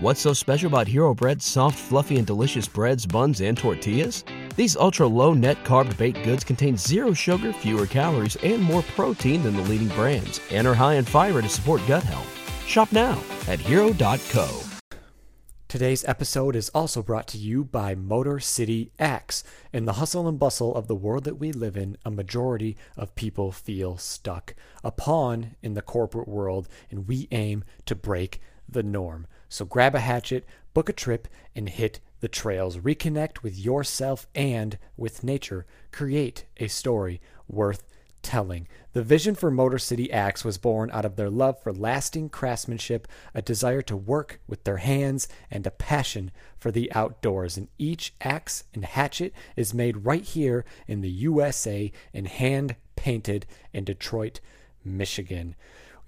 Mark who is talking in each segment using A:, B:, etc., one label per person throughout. A: What's so special about Hero Bread's soft, fluffy, and delicious breads, buns, and tortillas? These ultra low net carb baked goods contain zero sugar, fewer calories, and more protein than the leading brands, and are high in fiber to support gut health. Shop now at hero.co.
B: Today's episode is also brought to you by Motor City X. In the hustle and bustle of the world that we live in, a majority of people feel stuck, a pawn in the corporate world, and we aim to break the norm. So grab a hatchet, book a trip, and hit the trails. Reconnect with yourself and with nature. Create a story worth telling. The vision for Motor City Acts was born out of their love for lasting craftsmanship, a desire to work with their hands, and a passion for the outdoors. And each axe and hatchet is made right here in the USA and hand painted in Detroit, Michigan.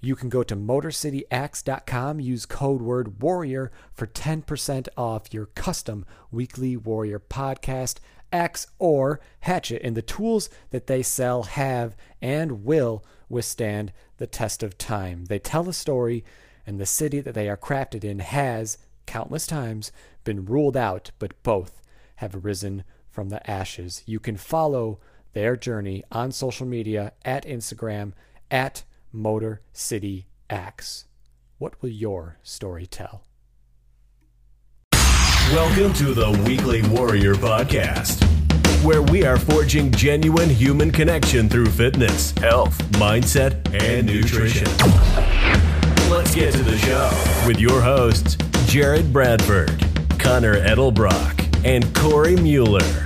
B: You can go to motorcityaxe.com, use code word warrior for 10% off your custom weekly warrior podcast, axe, or hatchet. And the tools that they sell have and will withstand the test of time. They tell a story, and the city that they are crafted in has, countless times, been ruled out, but both have risen from the ashes. You can follow their journey on social media at Instagram at Motor City Acts. What will your story tell?
C: Welcome to the Weekly Warrior Podcast, where we are forging genuine human connection through fitness, health, mindset, and nutrition. Let's get to the show with your hosts, Jared Bradford, Connor Edelbrock, and Corey Mueller.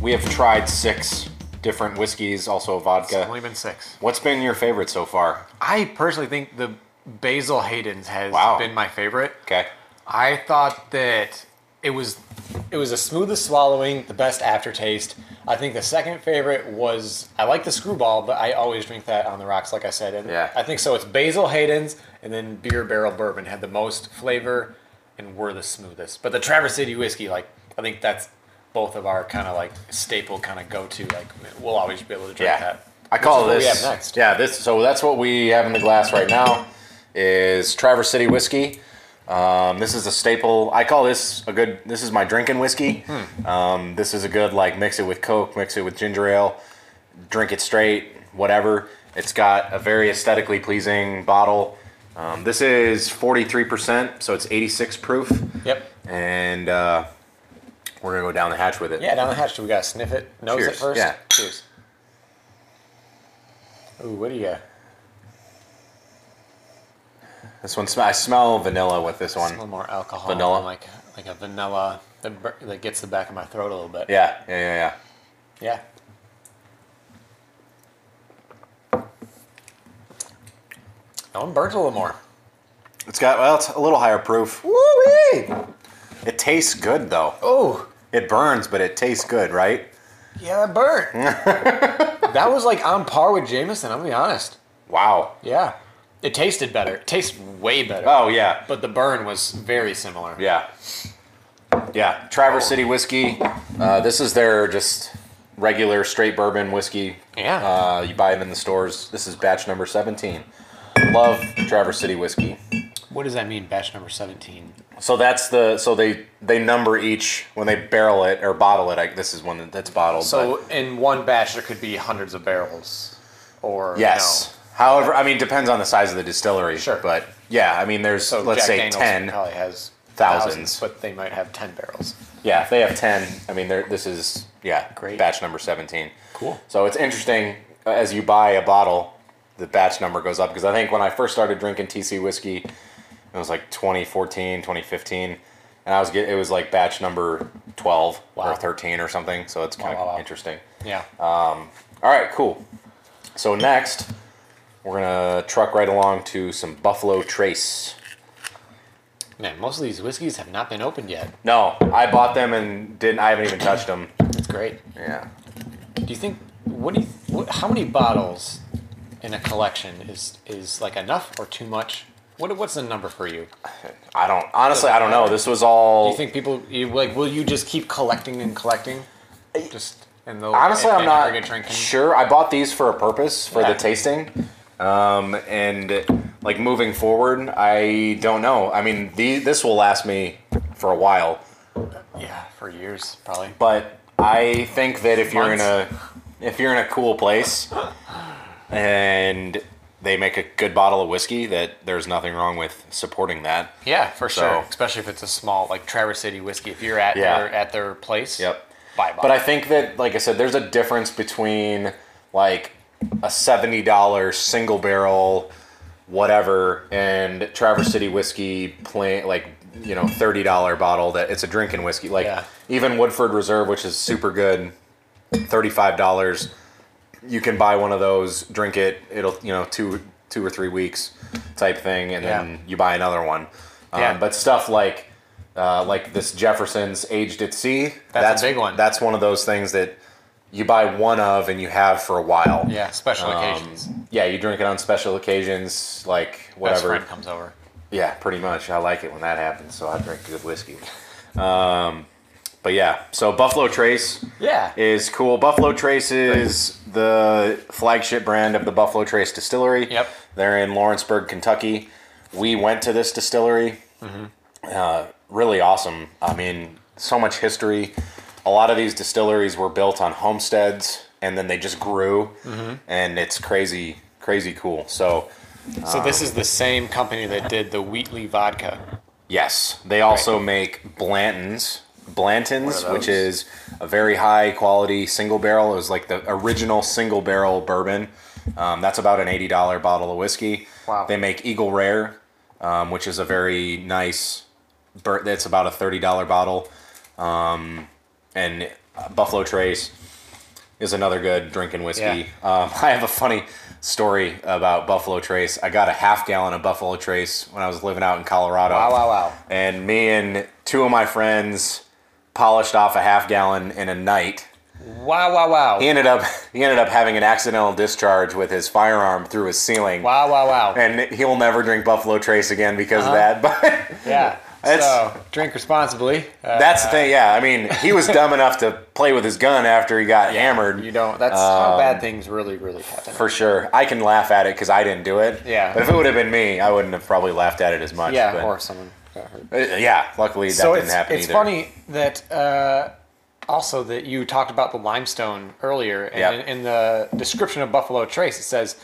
D: We have tried six different whiskeys, also
E: It's only
D: vodka.
E: been six.
D: What's been your favorite so far?
E: I personally think the Basil Hayden's has
D: Wow.
E: been my favorite.
D: Okay.
E: I thought that it was it was the smoothest swallowing, the best aftertaste. I think the second favorite was I like the screwball, but I always drink that on the rocks, like I said. And
D: Yeah.
E: I think so. It's Basil Hayden's and then Beer Barrel Bourbon had the most flavor and were the smoothest. But the Traverse City whiskey, like I think that's both of our kind of like staple kind of go to. Like we'll always be able to drink
D: Yeah.
E: that.
D: I call
E: Which is
D: this.
E: what we have next.
D: Yeah, this. So that's what we have in the glass right now is Traverse City whiskey. Um, this is a staple. I call this a good. This is my drinking whiskey. Um, this is a good like mix it with Coke, mix it with ginger ale, drink it straight, whatever. It's got a very aesthetically pleasing bottle. Um, this is 43%, so it's 86 proof.
E: Yep.
D: and uh, we're gonna go down the hatch with it.
E: Yeah, down the hatch. Do we gotta sniff it? Nose it
D: Cheers.
E: first.
D: Yeah.
E: Cheers. Ooh, what do you got?
D: This one, sm- I smell vanilla with this
E: A little
D: one.
E: more alcohol.
D: Vanilla?
E: Like like a vanilla that, bur- that gets the back of my throat a little bit.
D: Yeah, yeah, yeah, yeah.
E: Yeah. That one burns a little more.
D: It's got well, it's a little higher proof. It tastes good though.
E: Oh,
D: It burns, but it tastes good, right?
E: yeah, that burnt. that was like on par with Jameson. I'm gonna be honest.
D: Wow.
E: Yeah. It tasted better. It tastes way better.
D: Oh yeah,
E: But the burn was very similar.
D: yeah, yeah. Traverse City whiskey. Uh, this is their just regular straight bourbon whiskey.
E: Yeah.
D: Uh, you buy them in the stores. This is batch number seventeen. Love Traverse City whiskey.
E: What does that mean, batch number 17?
D: So that's the so they they number each when they barrel it or bottle it. I, this is one that- that's bottled.
E: So in one batch there could be hundreds of barrels, or
D: but yes. However, I mean depends on the size of the distillery.
E: Sure.
D: But yeah, I mean there's
E: No. So
D: let's
E: Jack
D: say
E: Daniels
D: ten.
E: probably has
D: Thousands.
E: but they might have ten barrels.
D: Yeah, if they have ten. I mean there this is yeah
E: Great.
D: batch number seventeen.
E: Cool.
D: So it's interesting uh, as you buy a bottle, the batch number goes up because I think when I first started drinking TC whiskey, it was like 2014, 2015. And I was get it was like batch number 12
E: Wow.
D: or 13 or something, so it's kind of
E: wow, wow.
D: interesting.
E: Yeah.
D: Uh, All right, cool. So next, we're gonna truck right along to some Buffalo Trace.
E: Man, most of these whiskeys have not been opened yet.
D: No, I bought them and didn't. I haven't even touched them.
E: That's great.
D: Yeah.
E: Do you think? What do you? What, how many bottles in a collection is is like enough or too much? What, what's the number for you?
D: I don't. Honestly, I don't know. This was all.
E: Do you think people you, like? Will you just keep collecting and collecting? Just and they'll
D: honestly,
E: and
D: I'm
E: they never get
D: not
E: drinking?
D: sure. I bought these for a purpose for
E: Yeah.
D: the tasting, um, and like moving forward, I don't know. I mean, the, this will last me for a while,
E: Yeah, for years probably.
D: but I think that if you're in a
E: Months.
D: if you're in a cool place and they make a good bottle of whiskey, that there's nothing wrong with supporting that.
E: Yeah, for
D: So-
E: sure. Especially if it's a small like Traverse City whiskey. If you're at
D: Yeah.
E: their at their place,
D: Yep.
E: Buy
D: But I think that, like I said, there's a difference between like a seventy dollar single barrel, whatever, and Traverse City whiskey, plain like you know thirty dollar bottle that it's a drinking whiskey. Like
E: Yeah.
D: even Woodford Reserve, which is super good, thirty five dollars. You can buy one of those, drink it. It'll you know two two or three weeks type thing, and
E: Yeah.
D: then you buy another one. Um,
E: Yeah.
D: But stuff like uh, like this Jefferson's Aged at Sea.
E: a big one.
D: That's one of those things that you buy one of and you have for a while.
E: yeah, special
D: Um,
E: occasions.
D: yeah, you drink it on special occasions, like
E: Best
D: whatever.
E: friend comes over.
D: Yeah, pretty much. I like it when that happens, so I drink good whiskey. Um, but yeah, so Buffalo Trace
E: Yeah.
D: is cool. Buffalo Trace is the flagship brand of the Buffalo Trace Distillery.
E: Yep.
D: They're in Lawrenceburg, Kentucky. We went to this distillery.
E: Mm-hmm.
D: Uh, really awesome. I mean, so much history. A lot of these distilleries were built on homesteads and then they just grew.
E: Mm-hmm.
D: And it's crazy, crazy cool. So,
E: so this is the
D: Um,
E: same company that did the Wheatley vodka.
D: Yes, they also make Blanton's. Blanton's, which is a very high quality single barrel. It was like the original single barrel bourbon. Um, that's about an eighty dollar bottle of whiskey.
E: Wow.
D: They make Eagle Rare, um, which is a very nice. bur- That's about a thirty dollar bottle, um, and Buffalo Trace is another good drinking whiskey. Um, I have a funny story about Buffalo Trace. I got a half gallon of Buffalo Trace when I was living out in Colorado.
E: Wow, wow, wow.
D: And me and two of my friends polished off a half gallon in a night.
E: Wow, wow, wow.
D: He ended up he ended up having an accidental discharge with his firearm through his ceiling.
E: Wow, wow, wow.
D: And he'll never drink Buffalo Trace again because
E: Uh-huh.
D: of that. But
E: yeah.
D: That's-
E: so drink responsibly. Uh,
D: that's the thing. Yeah, I mean, he was dumb enough to play with his gun after he got hammered.
E: you don't. That's
D: Um,
E: how bad things really, really happen.
D: For sure. I can laugh at it because I didn't do it.
E: Yeah.
D: But if it would have been me, I wouldn't have probably laughed at it as much.
E: yeah,
D: but-
E: or someone got hurt.
D: Uh, yeah, luckily that
E: so
D: didn't
E: it's,
D: happen
E: it's
D: either.
E: funny that uh, also that you talked about the limestone earlier and
D: Yeah.
E: in, in the description of buffalo trace it says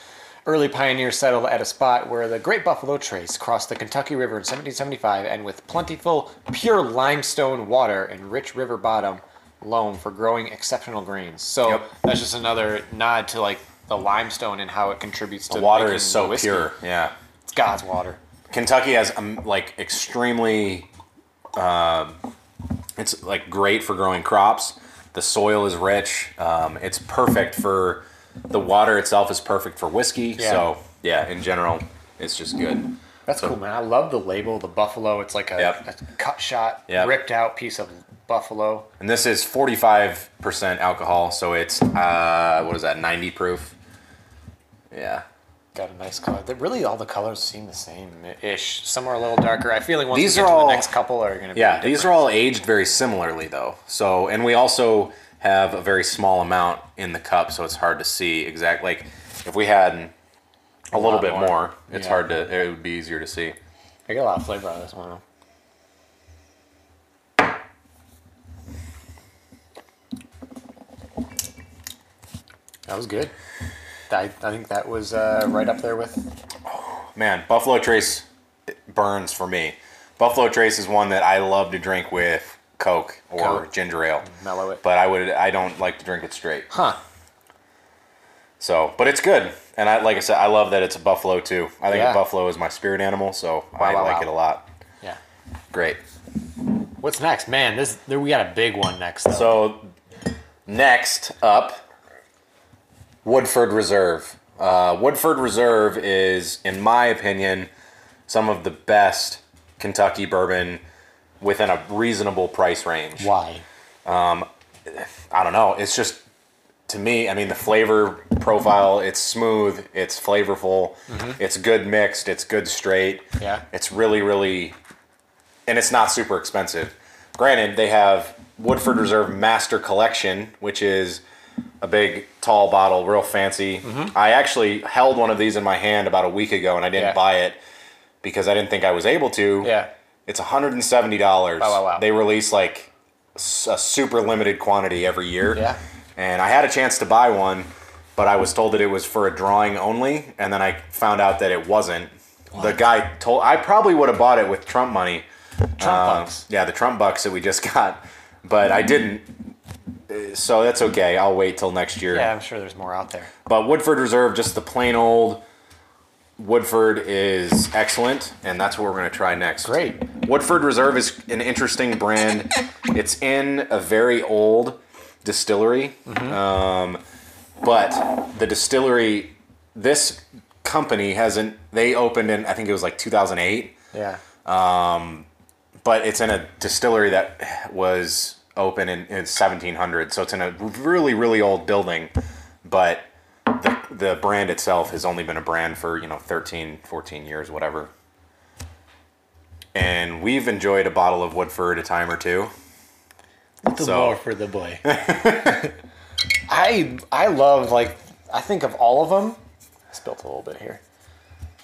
E: early pioneers settled at a spot where the great buffalo trace crossed the kentucky river in 1775 and with plentiful pure limestone water and rich river bottom loam for growing exceptional grains so
D: Yep.
E: that's just another nod to like the limestone and how it contributes to
D: The water
E: making
D: is so
E: whiskey.
D: pure. Yeah.
E: it's god's water
D: Kentucky has um, like extremely, uh, it's like great for growing crops. The soil is rich. Um, it's perfect for the water itself is perfect for whiskey.
E: Yeah.
D: So yeah, in general, it's just good.
E: That's
D: So-
E: cool, man. I love the label, the buffalo. It's like a,
D: Yep.
E: a cut shot,
D: Yep.
E: ripped out piece of buffalo.
D: And this is 45% alcohol, so it's uh, what is that? 90 proof. Yeah.
E: Got a nice color. They, really, all the colors seem the same ish. Some are a little darker. I feel like once
D: These
E: we
D: are
E: get to
D: all-
E: the next couple are going to be.
D: Yeah, these are all aged very similarly though. So, and we also have a very small amount in the cup, so it's hard to see exact. Like, if we had a, little
E: lot
D: bit more,
E: more.
D: it's
E: Yeah.
D: hard to. It would be easier to see.
E: I get a lot of flavor out of this one. That was good. I, I think that was uh, right up there with
D: Man, Buffalo Trace burns for me. Buffalo Trace is one that I love to drink with Coke or
E: Coke.
D: ginger ale.
E: Mellow it.
D: But I would. I don't like to drink it straight.
E: Huh.
D: So, but it's good. And I, like I said, I love that it's a buffalo too. I think
E: Yeah.
D: a buffalo is my spirit animal, so I
E: wow,
D: like
E: wow.
D: it a lot.
E: Yeah.
D: Great.
E: What's next, man? This there, we got a big one next. Though.
D: So next up, Woodford Reserve. Uh, Woodford Reserve is, in my opinion, some of the best Kentucky bourbon within a reasonable price range.
E: why?
D: I don't know. It's just to me. I mean, the flavor profile. It's smooth. It's flavorful. It's good mixed. It's good straight.
E: Mm-hmm. Yeah.
D: It's really, really, and it's not super expensive. Granted, they have Woodford Reserve Master Collection, which is a big tall bottle, real fancy. I actually held one of these in my hand about a week ago, and I didn't
E: Mm-hmm. Yeah.
D: buy it because I didn't think I was able to.
E: Yeah.
D: It's hundred and seventy dollars.
E: Wow, wow, wow.
D: They release like s- a super limited quantity every year.
E: Yeah.
D: And I had a chance to buy one, but I was told that it was for a drawing only, and then I found out that it wasn't. The guy told I probably would have bought it with Trump money.
E: Trump
D: Uh,
E: bucks.
D: Yeah, the Trump bucks that we just got, but I didn't. Uh, So that's okay. I'll wait till next year.
E: Yeah, I'm sure there's more out there.
D: But Woodford Reserve, just the plain old Woodford, is excellent, and that's what we're going to try next.
E: Great.
D: Woodford Reserve is an interesting brand. it's in a very old distillery, um, but the distillery, this company hasn't. They opened in I think it was like 2008
E: Yeah.
D: but it's in a distillery that was open in, in 1700 so it's in a really really old building but the, the brand itself has only been a brand for you know 13 14 years whatever and we've enjoyed a bottle of woodford a time or two
E: The
D: So-
E: more for the boy. I I love like I think of all of them. I spilled a little bit here.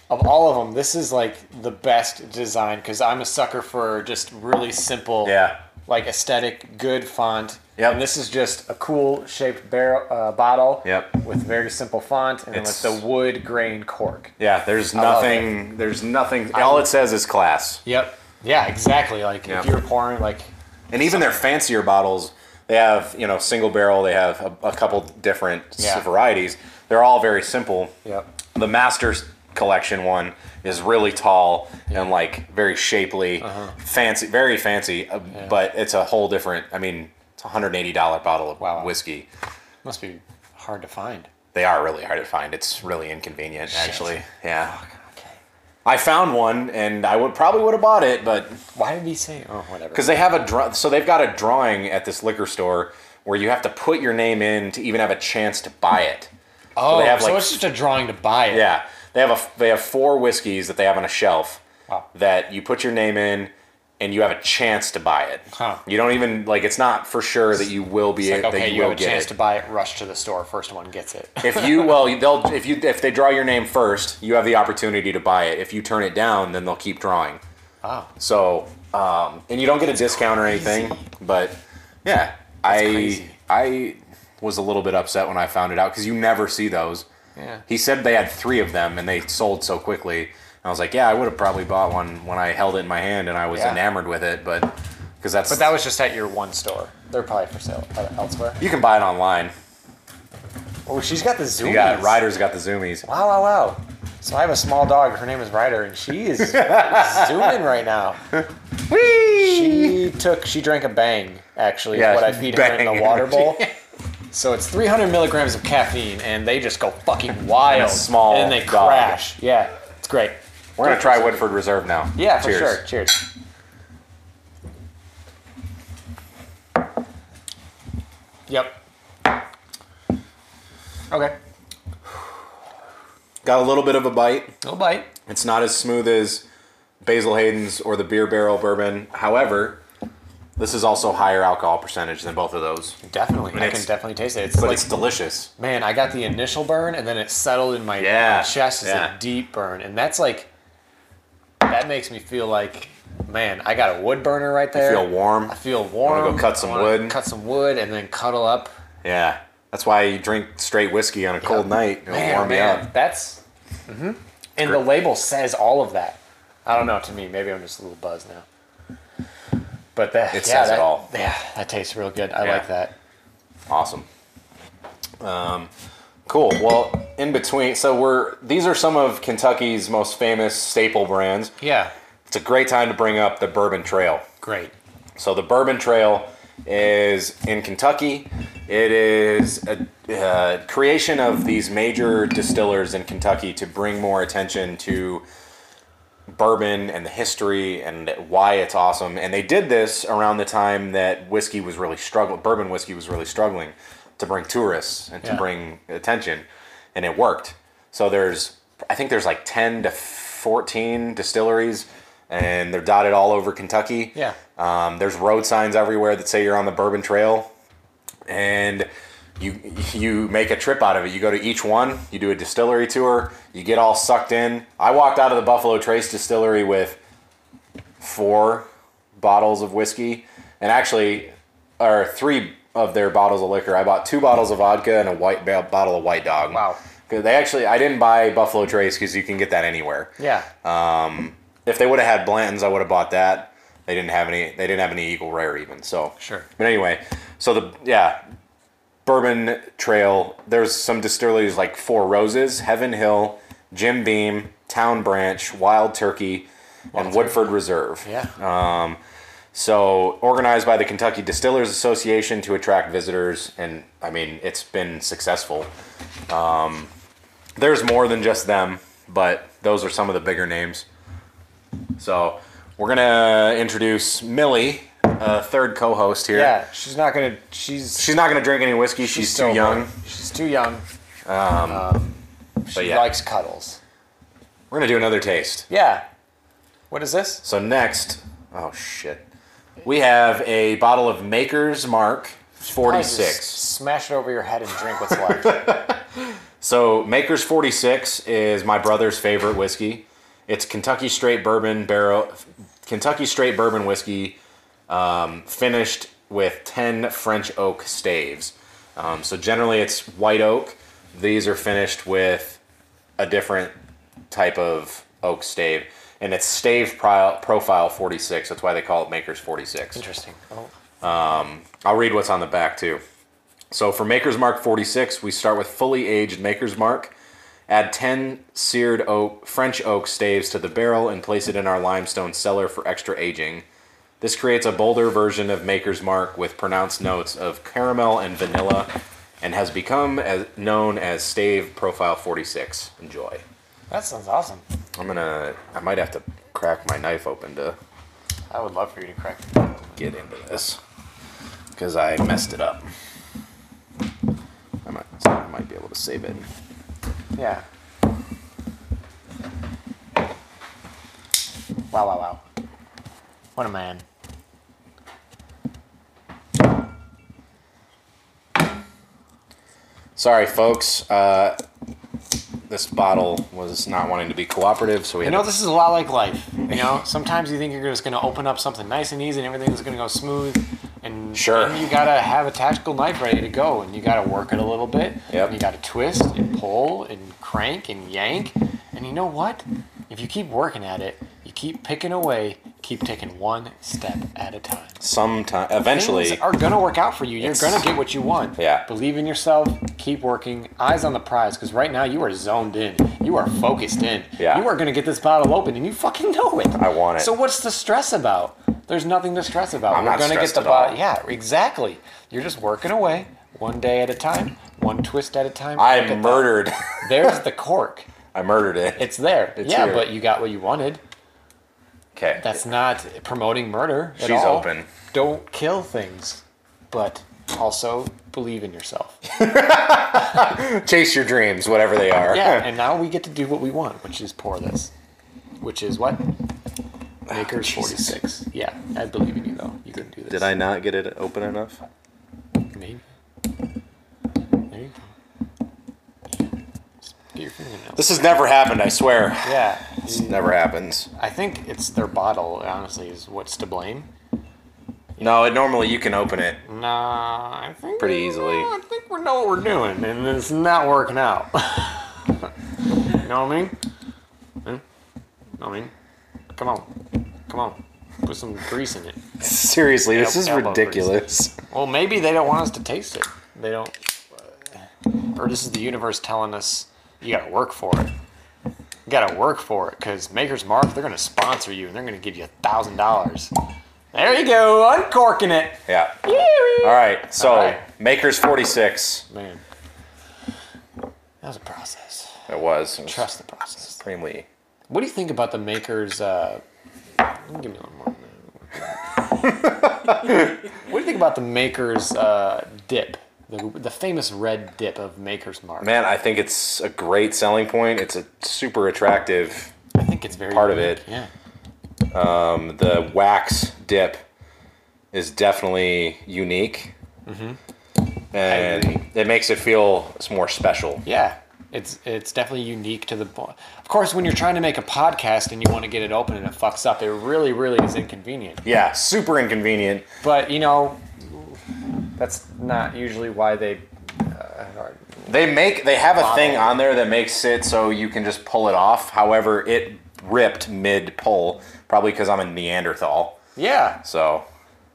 E: Of all of them, this is like the best design because I'm a sucker for just really simple,
D: Yeah.
E: like aesthetic, good font.
D: Yep.
E: And this is just a cool shaped barrel uh, bottle.
D: Yep.
E: With very simple font and
D: It's-
E: with the wood grain cork.
D: yeah there's
E: love
D: nothing there's nothing all it says is class
E: Yep. Yeah, exactly. Like
D: Yep.
E: if you're pouring like
D: and even their fancier bottles they have you know single barrel they have a, a couple different s-
E: Yeah.
D: varieties they're all very simple
E: Yep.
D: the Masters collection one is really tall and like very shapely, fancy, very fancy. uh, But it's a whole different. I mean, it's a hundred eighty dollar bottle of
E: Wow.
D: whiskey.
E: must be hard to find.
D: They are really hard to find. It's really inconvenient, actually. Yeah. I found one, and I would probably would have bought it, but
E: Why did he say oh whatever.
D: because they have a draw, so they've got a drawing at this liquor store where you have to put your name in to even have a chance to buy it.
E: Oh,
D: they have,
E: so
D: like-
E: it's just a drawing to buy it.
D: Yeah, they have a they have four whiskeys that they have on a shelf
E: Wow.
D: that you put your name in, and you have a chance to buy it.
E: Huh.
D: You don't even like it's not for sure that you will be
E: Like,
D: that
E: okay,
D: you,
E: you,
D: will
E: have a
D: get
E: chance
D: it.
E: to buy it. Rush to the store. First one gets it.
D: if you well they'll if you if they draw your name first, you have the opportunity to buy it. If you turn it down, then they'll keep drawing.
E: Wow.
D: So um, and you don't get a discount or anything, but yeah, I
E: crazy.
D: I was a little bit upset when I found it out because you never see those.
E: Yeah.
D: He said they had three of them and they sold so quickly. And I was like, yeah, I would have probably bought one when I held it in my hand and I was
E: Yeah.
D: enamored with it, but because that's
E: But that was just at your one store. They're probably for sale uh, elsewhere.
D: you can buy it online.
E: Oh, she's got the zoomies.
D: You got Ryder's got the zoomies.
E: Wow, wow, wow. So I have a small dog. Her name is Ryder, and she is zooming right now. She took. She drank a bang. Actually,
D: Yeah,
E: is what I feed her in
D: bang.
E: the water bowl. So it's 300 milligrams of caffeine, and they just go fucking wild.
D: small
E: and then they
D: dog.
E: crash. Yeah, it's great.
D: We're gonna try Woodford Reserve now.
E: Yeah,
D: Cheers.
E: for sure. Cheers. Yep. Okay.
D: Got a little bit of a bite.
E: No bite.
D: It's not as smooth as Basil Hayden's or the Beer Barrel Bourbon. However, this is also higher alcohol percentage than both of those,
E: Definitely. I can
D: it's-
E: definitely taste it. It's
D: but
E: like,
D: it's delicious.
E: man, I got the initial burn and then it settled in my
D: Yeah,
E: my chest as
D: yeah.
E: a deep burn. And that's like, that makes me feel like, man, I got a wood burner right there.
D: feel warm?
E: I feel warm.
D: go cut some
E: I wanna
D: wood?
E: Cut some wood and then cuddle up.
D: Yeah, that's why you drink straight whiskey on a cold night. It'll
E: Man,
D: warm
E: man,
D: you up.
E: That's mm-hmm. and the label says all of that. I don't know. To me, maybe I'm just a little buzzed now. But that
D: It
E: yeah,
D: says it
E: that-
D: all.
E: Yeah, that tastes real good. I
D: Yeah.
E: like that.
D: Awesome. Um, cool. Well, in between, so we're these are some of Kentucky's most famous staple brands.
E: Yeah,
D: It's a great time to bring up the Bourbon Trail.
E: great.
D: So the Bourbon Trail is in Kentucky. It is a uh, creation of these major distillers in Kentucky to bring more attention to bourbon and the history and why it's awesome. And they did this around the time that whiskey was really struggling, bourbon whiskey was really struggling to bring tourists and to
E: Yeah.
D: bring attention. And it worked. So there's, I think there's like 10 to 14 distilleries and they're dotted all over Kentucky.
E: Yeah.
D: Um, there's road signs everywhere that say you're on the Bourbon Trail. And you you make a trip out of it. You go to each one, you do a distillery tour, you get all sucked in. I walked out of the Buffalo Trace distillery with four bottles of whiskey and actually or three of their bottles of liquor. I bought two bottles of vodka and a white ba- bottle of White Dog.
E: Wow.
D: 'Cause They actually, I didn't buy Buffalo Trace because you can get that anywhere.
E: Yeah.
D: If they would have had Blanton's, I would have bought that. They didn't have any. They didn't have any Eagle Rare even. So
E: Sure.
D: But anyway, so the yeah, Bourbon Trail. There's some distilleries like Four Roses, Heaven Hill, Jim Beam, Town Branch, Wild Turkey, and Woodford Reserve.
E: yeah.
D: So organized by the Kentucky Distillers Association to attract visitors, and I mean it's been successful. Um, there's more than just them, but those are some of the bigger names. So we're gonna introduce Millie, uh, third co-host here.
E: yeah. She's not gonna. She's
D: She's not gonna drink any whiskey. She's, too
E: sober.
D: young.
E: She's too young. Um, she
D: yeah.
E: likes cuddles.
D: We're gonna do another taste.
E: Yeah. What is this?
D: So next, oh shit, we have a bottle of Maker's Mark
E: Probably
D: 46.
E: just Smash it over your head and drink what's left.
D: So Maker's 46 is my brother's favorite whiskey. It's Kentucky straight bourbon barrel Kentucky straight bourbon whiskey um, finished with 10 French oak staves. Um, so generally it's white oak. These are finished with a different type of oak stave and it's stave pri- profile 46. That's why they call it Maker's 46.
E: Interesting. Oh.
D: I'll read what's on the back too. So for Maker's Mark 46, we start with fully aged Maker's Mark. Add 10 seared oak, French oak staves to the barrel and place it in our limestone cellar for extra aging. This creates a bolder version of Maker's Mark with pronounced notes of caramel and vanilla and has become as, known as Stave Profile 46. Enjoy.
E: That sounds awesome.
D: I'm gonna, I might have to crack my knife open to
E: I would love for you to crack.
D: get into this because I messed it up. I might, I might be able to save it.
E: Yeah. Wow, wow, wow. What a man.
D: Sorry, folks. Uh, this bottle was not wanting to be cooperative, so we
E: You
D: had
E: know,
D: to,
E: this is a lot like life. You know, sometimes you think you're just gonna open up something nice and easy, and everything's gonna go smooth. And
D: Sure.
E: and you gotta have a tactical knife ready to go, and you gotta work it a little bit.
D: Yep.
E: And you gotta twist and pull and crank and yank. And you know what? If you keep working at it, you keep picking away, keep taking one step at a time.
D: sometime eventually.
E: things are gonna work out for you. You're
D: It's-
E: gonna get what you want.
D: Yeah.
E: Believe in yourself. Keep working. Eyes on the prize, because right now you are zoned in. You are focused in.
D: Yeah.
E: You are gonna get this bottle open, and you fucking know it.
D: I want it.
E: So what's the stress about? There's nothing to stress about.
D: I'm
E: We're
D: not
E: gonna
D: stressed
E: get
D: at
E: the bottle.
D: all.
E: Yeah, exactly. You're just working away, one day at a time, one twist at a time. Look
D: I
E: at that.
D: murdered.
E: There's the cork.
D: I murdered it.
E: It's there.
D: It's
E: yeah,
D: here.
E: but you got what you wanted.
D: okay.
E: That's not promoting murder. At
D: She's
E: all.
D: open.
E: Don't kill things, but also believe in yourself.
D: Chase your dreams, whatever they are.
E: Yeah, and now we get to do what we want, which is pour this, which is what
D: Oh,
E: Maker's forty six. Yeah, I believe in you though. You can do this.
D: Did I not get it open enough?
E: Maybe. There you go. Yeah. Just Get your fingernails.
D: This has never happened. I swear.
E: yeah,
D: This never happens.
E: I think it's their bottle. Honestly, is what's to blame.
D: No, it normally you can open it.
E: Mm. Nah, I think
D: Pretty easily.
E: I think we know what we're doing, and it's not working out. you know what I mean? Hmm? know what I mean? Come on, come on, put some grease in it.
D: Seriously, this
E: Yep,
D: is
E: elbow grease.
D: ridiculous.
E: Well, maybe they don't want us to taste it. They don't, or this is the universe telling us you gotta work for it. You gotta work for it, cause Maker's Mark they're gonna sponsor you and they're gonna give you a thousand dollars. There you go, uncorking it.
D: Yeah. All right. So,
E: All right.
D: Maker's 46.
E: Man, that was a process.
D: It was. It was
E: Trust the process.
D: Extremely.
E: What do you think about the makers? Uh, give me one more. what do you think about the makers uh, dip? The, the famous red dip of Maker's Mark.
D: Man, I think it's a great selling point. It's a super attractive.
E: I think it's very
D: part of
E: unique,
D: it.
E: Yeah,
D: The wax dip is definitely unique. and
E: Mm-hmm. agree.
D: it makes it feel more special.
E: Yeah, it's it's definitely unique to the. po- Of course, when you're trying to make a podcast and you want to get it open and it fucks up, it really really is inconvenient.
D: Yeah, super inconvenient.
E: But you know, that's not usually why they. Uh, are-
D: They make they have a thing on there that makes it so you can just pull it off. However, it ripped mid pull, probably because I'm a Neanderthal.
E: yeah,
D: So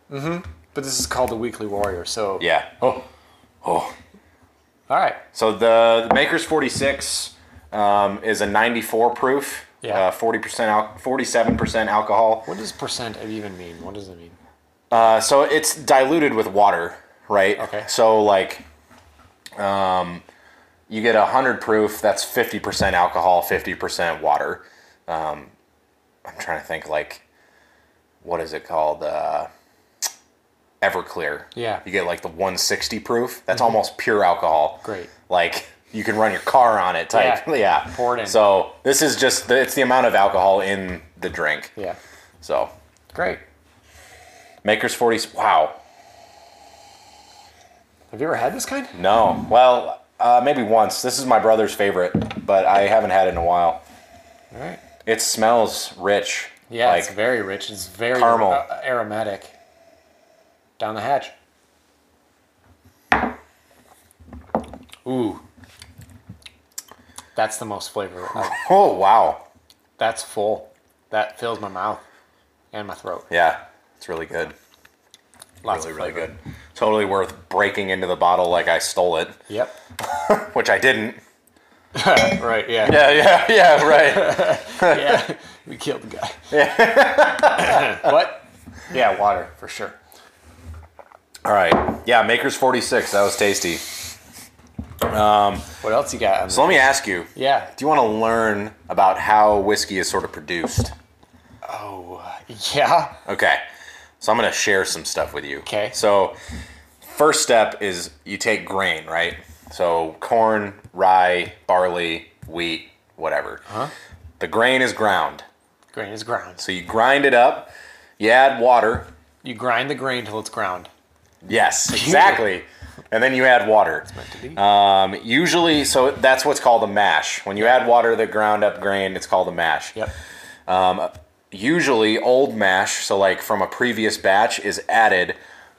E: but this is called the Weekly Warrior, so
D: yeah. Oh, oh.
E: All right,
D: So the, the Maker's 46 um, is a 94 proof.
E: Yeah.
D: Uh, 40% al- 47% alcohol.
E: what does percent of even mean? What does it mean?
D: Uh, so it's diluted with water, right?
E: Okay.
D: So like, um, you get a hundred proof. That's fifty percent alcohol, fifty percent water. Um, I'm trying to think like, what is it called? Uh, Everclear.
E: Yeah. Mm-hmm.
D: You get like the 160 proof. That's almost pure alcohol.
E: Great.
D: Like you can run your car on it. Type.
E: Yeah.
D: Yeah.
E: Pour it in.
D: So this is just the, it's the amount of alcohol in the drink.
E: Yeah,
D: So
E: great.
D: Maker's 40s. Wow.
E: Have you ever had this kind?
D: No. Well, uh, maybe once. This is my brother's favorite, but I haven't had it in a while.
E: All right.
D: It smells rich.
E: Yeah,
D: Like,
E: it's very rich. It's very
D: Caramel.
E: a- aromatic. Down the hatch. Ooh. That's the most flavor. I-
D: oh, wow.
E: That's full. That fills my mouth and my throat.
D: Yeah. It's really good.
E: Lots
D: really,
E: of
D: really
E: flavor.
D: good. Totally worth breaking into the bottle like I stole it,
E: Yep.
D: which I didn't.
E: Right, yeah.
D: Yeah, yeah, yeah, right.
E: yeah. We killed the guy. what? Yeah, water, for sure.
D: All right. Yeah, Maker's 46. That was tasty.
E: What else you got? on
D: So let me ask you
E: the- yeah.
D: do you want to learn about how whiskey is sort of produced?
E: Yeah.
D: Okay. So I'm going to share some stuff with you.
E: 'Kay.
D: So first step is you take grain, right? So corn, rye, barley, wheat, whatever.
E: Uh-huh.
D: Huh? The grain is ground.
E: Grain is ground.
D: So you grind it up, you add water.
E: You grind the grain till it's ground.
D: Yes, exactly. and then you add water.
E: Meant to be.
D: Um, usually, so that's what's called a mash. When you add water to the ground up grain, it's called a mash.
E: yep.
D: Um, usually old mash, so like from a previous batch, is added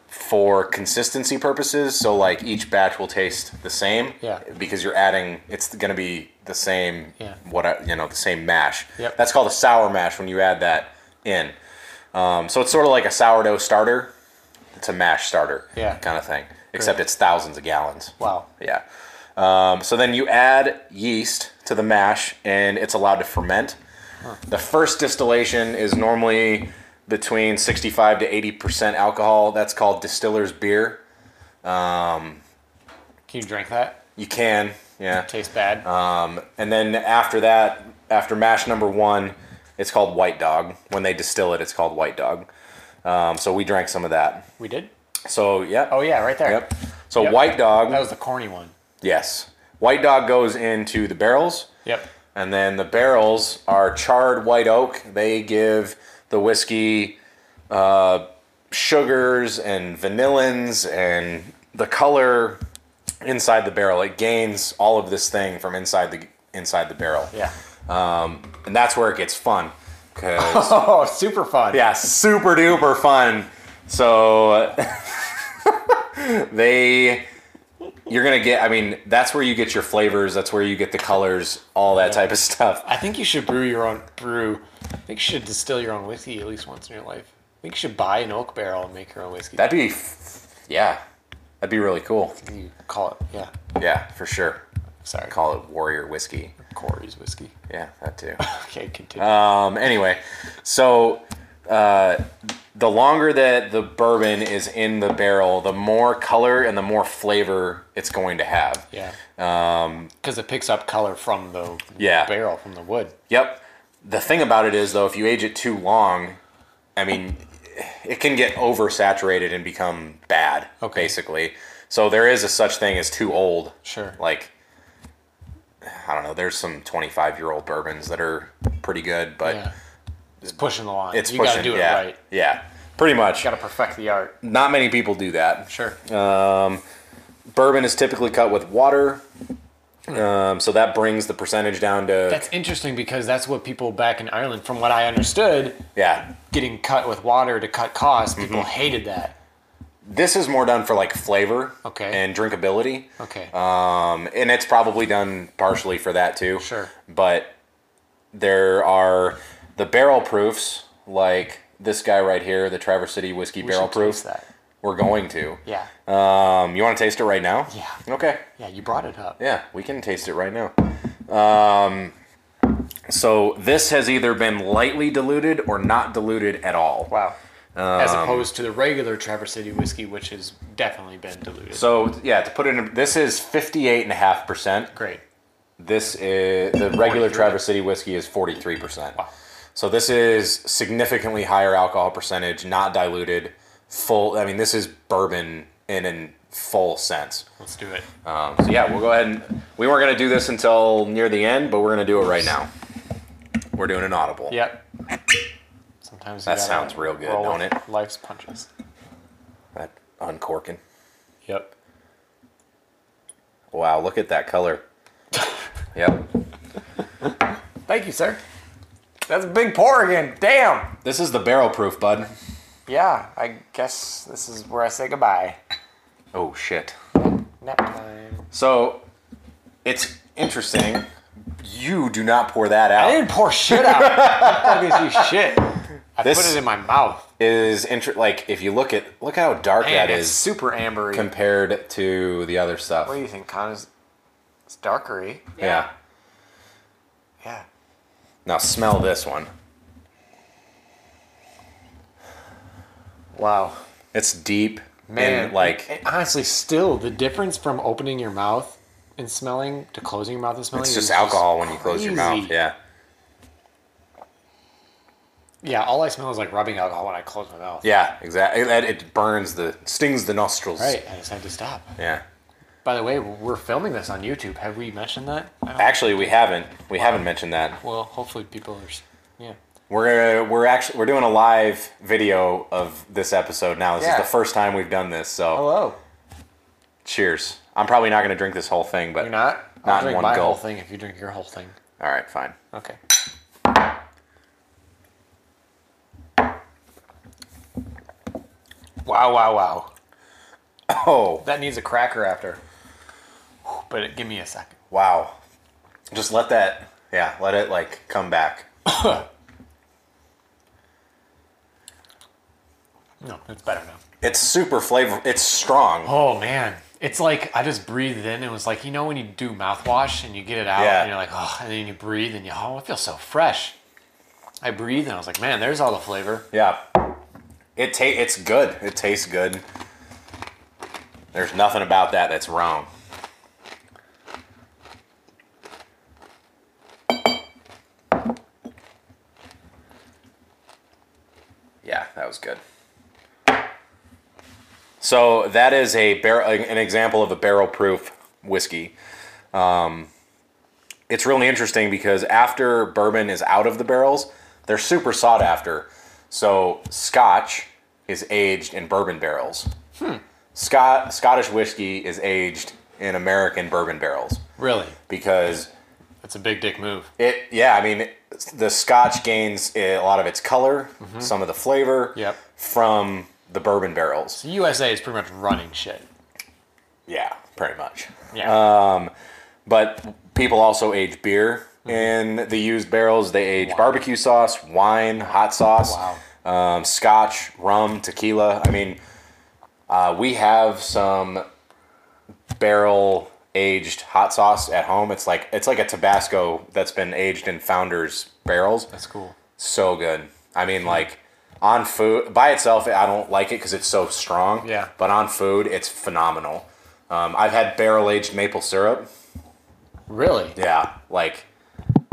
D: for consistency purposes. So like each batch will taste the same.
E: Yeah.
D: Because you're adding, it's going to be the same.
E: Yeah.
D: What I, you know, the same mash.
E: Yep.
D: That's called a sour mash when you add that in. Um, so it's sort of like a sourdough starter. It's a mash starter.
E: Yeah.
D: Kind of thing. Except it's thousands of gallons.
E: Wow.
D: Yeah. Um, so then you add yeast to the mash, and it's allowed to ferment. The first distillation is normally between 65 to 80 percent alcohol. That's called distiller's beer.
E: Can you drink that?
D: You can, yeah. Um,
E: Tastes bad.
D: Uh, And then after that, after mash number one, it's called white dog. When they distill it, it's called white dog. Um, so we drank some of that.
E: we did?
D: So yeah.
E: Oh, yeah, right there.
D: Yep. So
E: Yep.
D: white dog.
E: That was the corny one.
D: yes. White dog goes into the barrels.
E: Yep.
D: And then the barrels are charred white oak. They give the whiskey uh, sugars and vanillins and the color inside the barrel. It gains all of this thing from inside the inside the barrel.
E: Yeah.
D: And that's where it gets fun. 'cause-
E: Oh, super fun.
D: yeah, super duper fun. So uh, they you're going to get I mean, that's where you get your flavors, that's where you get the colors, all that type of stuff.
E: I think you should brew your own brew. I think you should distill your own whiskey at least once in your life. I think you should buy an oak barrel and make your own whiskey.
D: That'd be, f- yeah, that'd be really cool.
E: you call it, yeah.
D: Yeah, for sure.
E: Sorry,
D: Call it Warrior Whiskey.
E: Corey's whiskey.
D: Yeah, that too.
E: Okay, continue.
D: Um, anyway, so uh, the longer that the bourbon is in the barrel, the more color and the more flavor it's going to have.
E: yeah. Um, because it picks up color from the
D: Yeah.
E: barrel from the wood.
D: Yep. The thing about it is though, if you age it too long, I mean, it can get oversaturated and become bad,
E: Okay.
D: basically. So there is a such thing as too old.
E: Sure.
D: Like I don't know, there's some 25-year-old bourbons that are pretty good, but
E: yeah. It's pushing the line.
D: it's
E: you
D: pushing
E: gotta do it
D: yeah.
E: right.
D: Yeah. Pretty much.
E: Gotta perfect the art.
D: Not many people do that.
E: Sure.
D: bourbon is typically cut with water, um, so that brings the percentage down to
E: Hmm. That's interesting because that's what people back in Ireland, from what I understood,
D: yeah.
E: getting cut with water to cut costs,
D: Mm-hmm.
E: people hated that.
D: This is more done for like flavor,
E: Okay.
D: and drinkability.
E: Okay.
D: Um, and it's probably done partially for that too.
E: Sure.
D: But there are the barrel proofs, like this guy right here, the Traverse City Whiskey
E: We
D: Barrel
E: should
D: Proof.
E: taste that.
D: We're going to.
E: Yeah.
D: Um, you want to taste it right now?
E: Yeah.
D: Okay.
E: yeah, you brought it up.
D: Yeah, we can taste it right now. Um, so this has either been lightly diluted or not diluted at all.
E: Wow. As
D: Um,
E: opposed to the regular Traverse City whiskey, which has definitely been diluted.
D: So yeah, to put it in, this is fifty-eight and a half percent.
E: Great.
D: This is the regular
E: 43.
D: Traverse City whiskey is 43%.
E: Wow.
D: So this is significantly higher alcohol percentage, not diluted, full. I mean, this is bourbon in in full sense.
E: Let's do it.
D: Um, so yeah, we'll go ahead and we weren't gonna do this until near the end, but we're gonna do it right now. We're doing an audible.
E: Yep. Sometimes you
D: That
E: gotta
D: sounds real good,
E: roll
D: don't
E: with
D: it?
E: Life's punches.
D: That uncorking.
E: Yep.
D: Wow, look at that color. yep.
E: Thank you, sir. That's a big pour again. Damn.
D: This is the barrel proof, bud.
E: Yeah, I guess this is where I say goodbye.
D: Oh shit.
E: Nap time.
D: So it's interesting. You do not pour that out.
E: I didn't pour shit out. I fucking see shit. I
D: This-
E: put it in my mouth.
D: is inter- like if you look at look how dark
E: Man,
D: that
E: it's
D: is
E: super ambery.
D: compared to the other stuff.
E: what do you think, Con? It's, it's darkery.
D: yeah.
E: Yeah.
D: Now smell this one.
E: Wow.
D: It's deep
E: Man,
D: and like
E: and honestly, still the difference from opening your mouth and smelling to closing your mouth and smelling
D: it's
E: is
D: just alcohol when you close your mouth.
E: crazy.
D: Yeah.
E: Yeah, all I smell is like rubbing alcohol when I close my mouth.
D: Yeah, exactly. It, it burns the stings the nostrils.
E: Right. I just had to stop.
D: Yeah.
E: By the way, we're filming this on YouTube. Have we mentioned that? I don't-
D: Actually, we haven't we haven't mentioned that.
E: Well, hopefully people are. s- Yeah.
D: We're uh, we're actually we're doing a live video of this episode now. This
E: Yeah.
D: is the first time we've done this. So
E: Hello.
D: cheers. I'm probably not going to drink this whole thing, but
E: You're not.
D: Not
E: I'll
D: in
E: drink
D: one
E: my whole
D: gulp.
E: thing if you drink your whole thing.
D: all right, fine.
E: Okay. Wow! Wow! Wow!
D: Oh.
E: That needs a cracker after. Whew, But it, give me a second.
D: Wow. Just let that, yeah, let it like come back.
E: No, it's better now.
D: It's super flavor. It's strong.
E: Oh man, it's like I just breathed in. It was like you know when you do mouthwash and you get it out,
D: Yeah.
E: and you're like, oh, and then you breathe and you, oh, it feels so fresh. I breathed and I was like, man, there's all the flavor.
D: Yeah. It ta- it's good. It tastes good. There's nothing about that that's wrong. Yeah, that was good. So that is a barrel, an example of a barrel proof whiskey. Um, it's really interesting because after bourbon is out of the barrels, they're super sought after. So Scotch is aged in bourbon barrels. Scot- Scottish whiskey is aged in American bourbon barrels
E: Really,
D: because
E: that's a big dick move.
D: it, yeah, I mean, the Scotch gains a lot of its color, some of the flavor
E: Yep.
D: from the bourbon barrels.
E: The USA is pretty much running shit.
D: Yeah, pretty much.
E: Yeah.
D: But people also age beer
E: Mm-hmm.
D: in the used barrels. They age barbecue sauce, wine, hot sauce, um, scotch, rum, tequila. I mean, uh, we have some barrel aged hot sauce at home. It's like it's like a Tabasco that's been aged in founders barrels.
E: that's cool.
D: So good. I mean, like on food by itself, I don't like it because it's so strong.
E: Yeah.
D: But on food, it's phenomenal. Um, I've had barrel aged maple syrup.
E: Really?
D: Yeah, like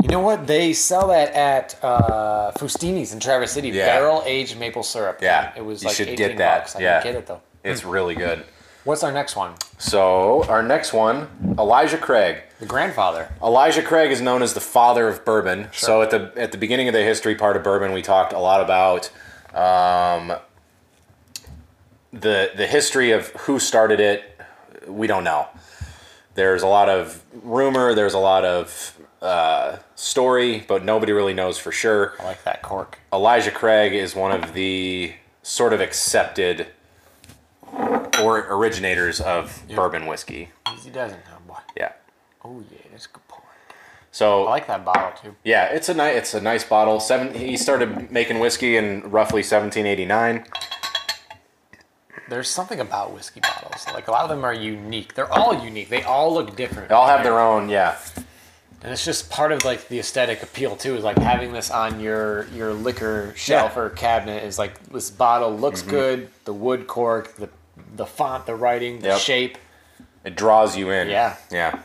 E: You know what? They sell that at uh, Fustini's in Traverse City.
D: Yeah.
E: Barrel aged maple syrup.
D: Yeah.
E: It was
D: You
E: like
D: should
E: 18
D: get that.
E: bucks. I
D: Yeah.
E: didn't get it though.
D: it's really good.
E: What's our next one?
D: So our next one, Elijah Craig.
E: The grandfather.
D: Elijah Craig is known as the father of bourbon. So at the at the beginning of the history part of bourbon, we talked a lot about um, the the history of who started it, we don't know. There's a lot of rumor. There's a lot of uh, story, but nobody really knows for sure.
E: I like that cork.
D: Elijah Craig is one of the sort of accepted or originators of bourbon whiskey.
E: Easy doesn't, oh boy.
D: Yeah.
E: Oh yeah, that's a good point.
D: So
E: I like that bottle too.
D: yeah, it's a nice it's a nice bottle. Seven. He started making whiskey in roughly 1789.
E: There's something about whiskey bottles. Like a lot of them are unique. They're all unique. They all look different.
D: They all have their own. Yeah.
E: And it's just part of like the aesthetic appeal too. Is like having this on your your liquor shelf
D: Yeah. Mm-hmm.
E: or cabinet is like this bottle looks good. The wood cork, the the font, the writing, the
D: Yep.
E: shape.
D: It draws you in.
E: Yeah.
D: Yeah.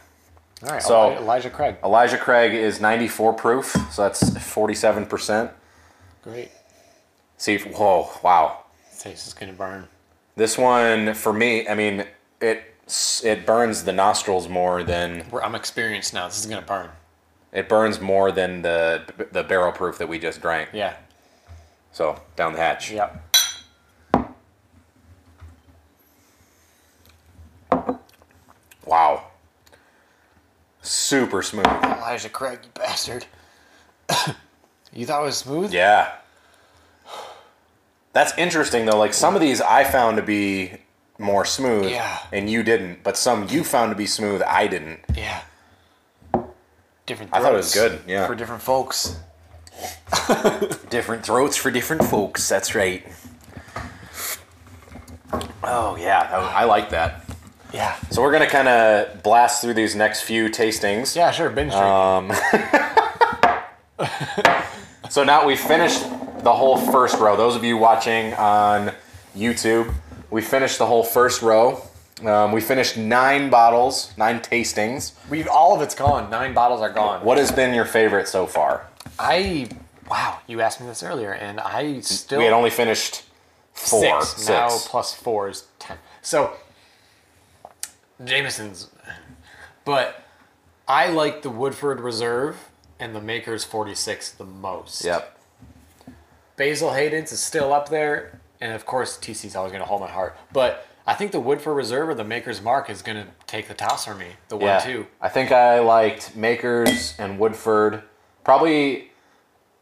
E: All right,
D: So-
E: Eli- Elijah Craig,
D: Elijah Craig is 94 proof, so that's 47%.
E: great.
D: See, whoa, wow.
E: Taste is gonna burn.
D: This one for me, I mean, it it burns the nostrils more than
E: We're, I'm experienced now. This is gonna burn.
D: it burns more than the the barrel proof that we just drank.
E: Yeah.
D: So, down the hatch.
E: Yep.
D: Wow. Super smooth.
E: Elijah Craig, you bastard. you thought it was smooth?
D: Yeah. That's interesting though. Like some of these I found to be more smooth
E: Yeah.
D: and you didn't, but some you found to be smooth, I didn't.
E: Yeah. Different.
D: I thought it was
E: throats
D: good, yeah.
E: For different folks.
D: Different throats for different folks. That's right. Oh yeah, I, I like that.
E: Yeah.
D: So we're gonna kind of blast through these next few tastings.
E: Yeah, sure. Binge drink.
D: Uh, So now we finished the whole first row. Those of you watching on YouTube, we finished the whole first row. Um, we finished nine bottles, nine tastings.
E: We've all of it's gone. Nine bottles are gone.
D: What has been your favorite so far?
E: I wow, you asked me this earlier, and I still
D: We had only finished four.
E: six, now plus four is ten. So Jameson's, but I like the Woodford Reserve and the Maker's Forty Six the most.
D: Yep.
E: Basil Hayden's is still up there, and of course TC's always going to hold my heart. But I think the Woodford Reserve or the Maker's Mark is going to take the toss for me. The one
D: Yeah.
E: two.
D: I think I liked Makers and Woodford. Probably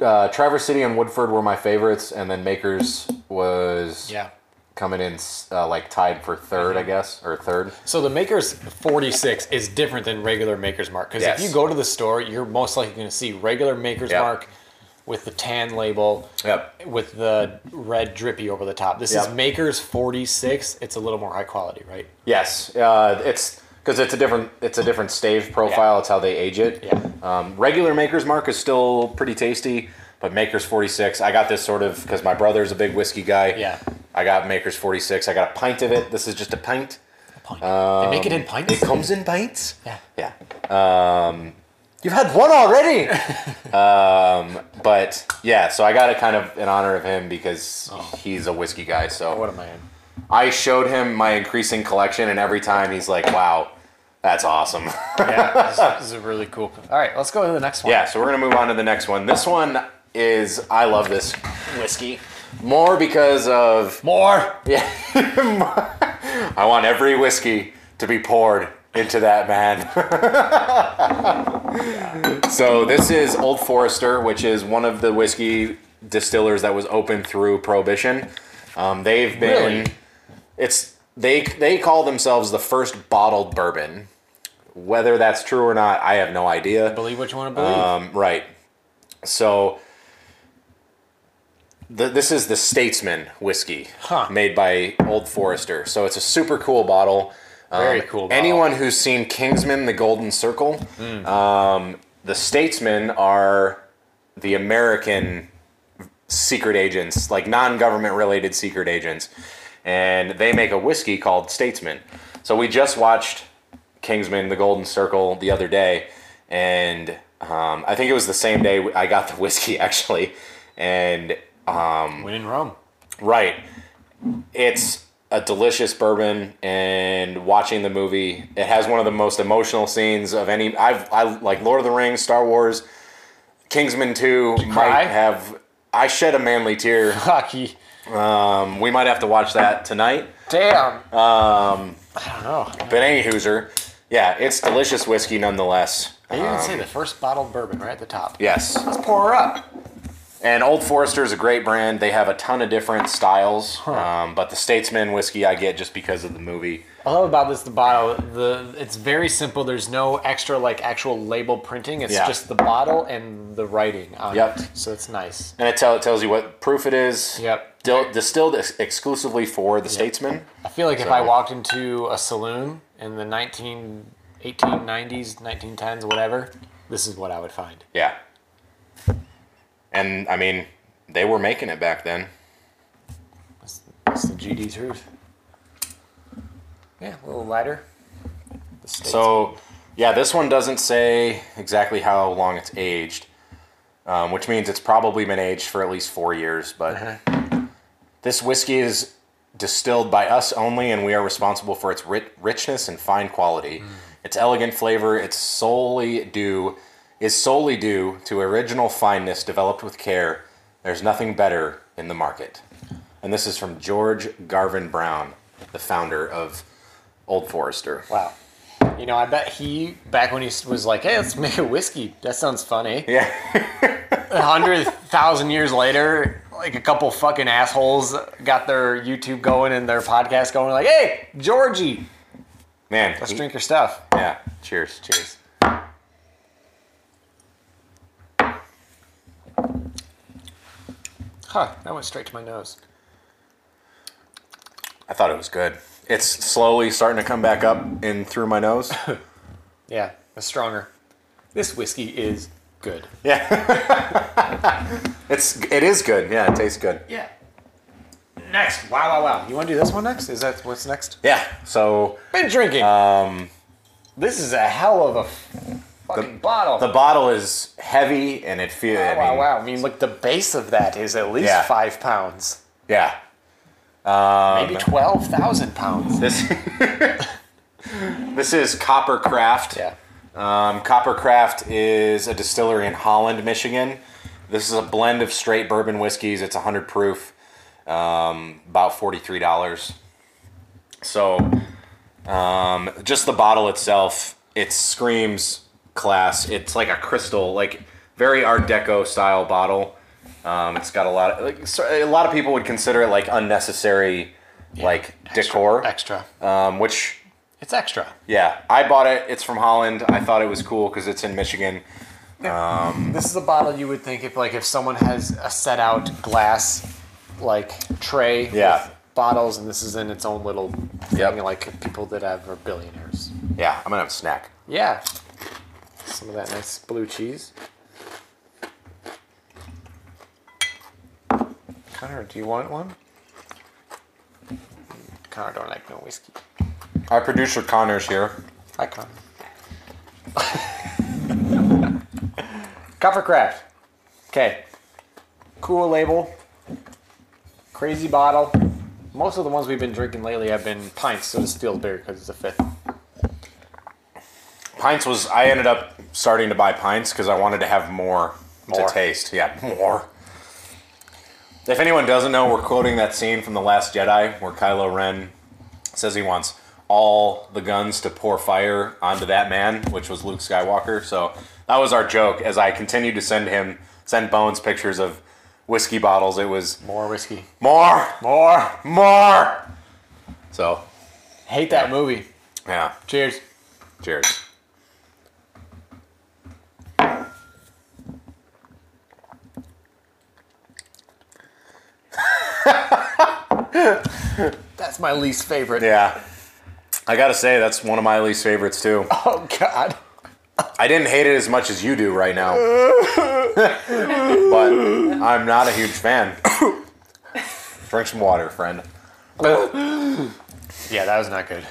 D: uh, Traverse City and Woodford were my favorites, and then Makers was
E: Yeah. Mm-hmm.
D: coming in uh, like tied for 3rd I guess, or third.
E: So the Maker's 46 is different than regular Maker's Mark because
D: Yes.
E: if you go to the store, you're most likely going to see regular Maker's
D: Yep.
E: Mark with the tan label,
D: Yep.
E: with the red drippy over the top. This
D: Yep.
E: is Maker's 46. It's a little more high quality, right?
D: Yes, uh, it's because it's a different it's a different stave profile. It's how they age it.
E: Yeah.
D: Um, regular Maker's Mark is still pretty tasty, but Maker's 46. I got this sort of because my brother's a big whiskey guy.
E: Yeah.
D: I got Maker's 46. I got a pint of it. This is just a pint.
E: Pint. they make it in pints.
D: Um, It comes in pints.
E: Yeah.
D: Yeah. Um, you've had one already. um, but yeah, so I got it kind of in honor of him because he's a whiskey guy. So
E: What am Oh. I in?
D: I showed him my increasing collection, and every time he's like, "Wow, that's awesome."
E: Yeah, this, this is a really cool. All right, let's go to the next one.
D: yeah, so we're gonna move on to the next one. This one is I love this whiskey more because of
E: More.
D: yeah. I want every whiskey to be poured into that man. so this is Old Forester, which is one of the whiskey distillers that was opened through Prohibition. Um, they've been
E: Really?
D: it's they they call themselves the first bottled bourbon. Whether that's true or not, I have no idea.
E: Believe what you want to believe.
D: Um, right. So th- this is the Statesman whiskey
E: Huh.
D: made by Old Forester. So it's a super cool bottle. Um,
E: Very cool bottle. Hmm.
D: Anyone who's seen Kingsman: The Golden Circle, um, the Statesmen are the American secret agents, like non-government related secret agents, and they make a whiskey called Statesman. So we just watched Kingsman: The Golden Circle the other day, and um, I think it was the same day I got the whiskey actually, and Um,
E: Win in Rome.
D: Right. It's a delicious bourbon, and watching the movie, it has one of the most emotional scenes of any. I've I like Lord of the Rings, Star Wars, Kingsman Two. Might
E: cry?
D: have I shed a manly tear.
E: Hockey.
D: Um, we might have to watch that tonight.
E: Damn.
D: um, But any hooser, yeah, it's delicious whiskey nonetheless.
E: you didn't
D: um,
E: say the first bottled bourbon right at the top.
D: Yes,
E: Let's pour her up.
D: and Old Forester is a great brand. They have a ton of different styles, um, but the Statesman whiskey I get just because of the movie.
E: I love about this the bottle. The it's very simple. There's no extra like actual label printing. It's
D: Yeah.
E: just the bottle and the writing on
D: Yep.
E: it. So it's nice.
D: And it, tell, it tells you what proof it is.
E: Yep.
D: Dil- distilled ex- exclusively for the Statesman.
E: I feel like if I walked into a saloon in the 19, 1890s, 1910s, whatever, this is what I would find.
D: Yeah. And I mean, they were making it back then.
E: That's, that's the GD truth. Yeah, a little lighter. The States-
D: So, yeah, this one doesn't say exactly how long it's aged, um, which means it's probably been aged for at least four years. But this whiskey is distilled by us only, and we are responsible for its ri- richness and fine quality. Its elegant flavor, it's solely due, is solely due to original fineness developed with care. There's nothing better in the market. And this is from George Garvin Brown, the founder of Old Forester.
E: wow. You know, I bet he back when he was like, "Hey, let's make a whiskey." That sounds funny.
D: Yeah.
E: A hundred thousand years later, like a couple fucking assholes got their YouTube going and their podcast going. Like, hey, Georgie,
D: Man,
E: let's
D: he-
E: drink your stuff.
D: Yeah. Cheers. Cheers.
E: Huh? That went straight to my nose.
D: I thought it was good. It's slowly starting to come back up in through my nose.
E: Yeah, it's stronger. This whiskey is good.
D: Yeah. it's it is good. Yeah, it tastes good.
E: Yeah. Next, wow, wow, wow. You want to do this one next? Is that what's next?
D: Yeah. So
E: Been drinking. Um, this is a hell of a fucking bottle.
D: the bottle is heavy and it feels.
E: wow,
D: I
E: wow,
D: mean,
E: wow. I mean, look, the base of that is at least
D: Yeah.
E: five pounds,
D: Yeah. Um,
E: maybe twelve thousand pounds.
D: This this is Copper Craft.
E: Yeah.
D: Um, Coppercraft is a distillery in Holland, Michigan. This is a blend of straight bourbon whiskeys. It's 100 proof, um, about $43. So, um, just the bottle itself, it screams class. It's like a crystal, like very Art Deco style bottle. Um, it's got a lot of, like, so- a lot of people would consider it like unnecessary, like decor,
E: Extra.
D: um, which
E: It's extra.
D: yeah, I bought it. It's from Holland. I thought it was cool because it's in Michigan.
E: This is a bottle you would think if like if someone has a set out glass like tray
D: Yeah.
E: with bottles and this is in its own little thing
D: Yep.
E: like people that have are billionaires.
D: Yeah, I'm gonna have a snack.
E: Yeah. Some of that nice blue cheese. Connor, do you want one? Connor don't like no whiskey.
D: Our producer Connor's here.
E: Hi Connor. Copper Craft. Okay. Cool label. Crazy bottle. Most of the ones we've been drinking lately have been pints, so this feels bigger because it's a fifth.
D: Pints was. I ended up starting to buy pints because I wanted to have more,
E: More.
D: to taste. Yeah, more. If anyone doesn't know, we're quoting that scene from The Last Jedi where Kylo Ren says he wants all the guns to pour fire onto that man, which was Luke Skywalker. So that was our joke. As I continued to send him, send Bones pictures of whiskey bottles. It was
E: More whiskey.
D: More, more, more. So,
E: Hate that movie.
D: yeah.
E: Cheers.
D: Cheers.
E: That's my least favorite.
D: Yeah. I gotta say that's one of my least favorites too.
E: Oh God.
D: I didn't hate it as much as you do right now, but I'm not a huge fan. Drink some water, friend.
E: yeah, that was not good.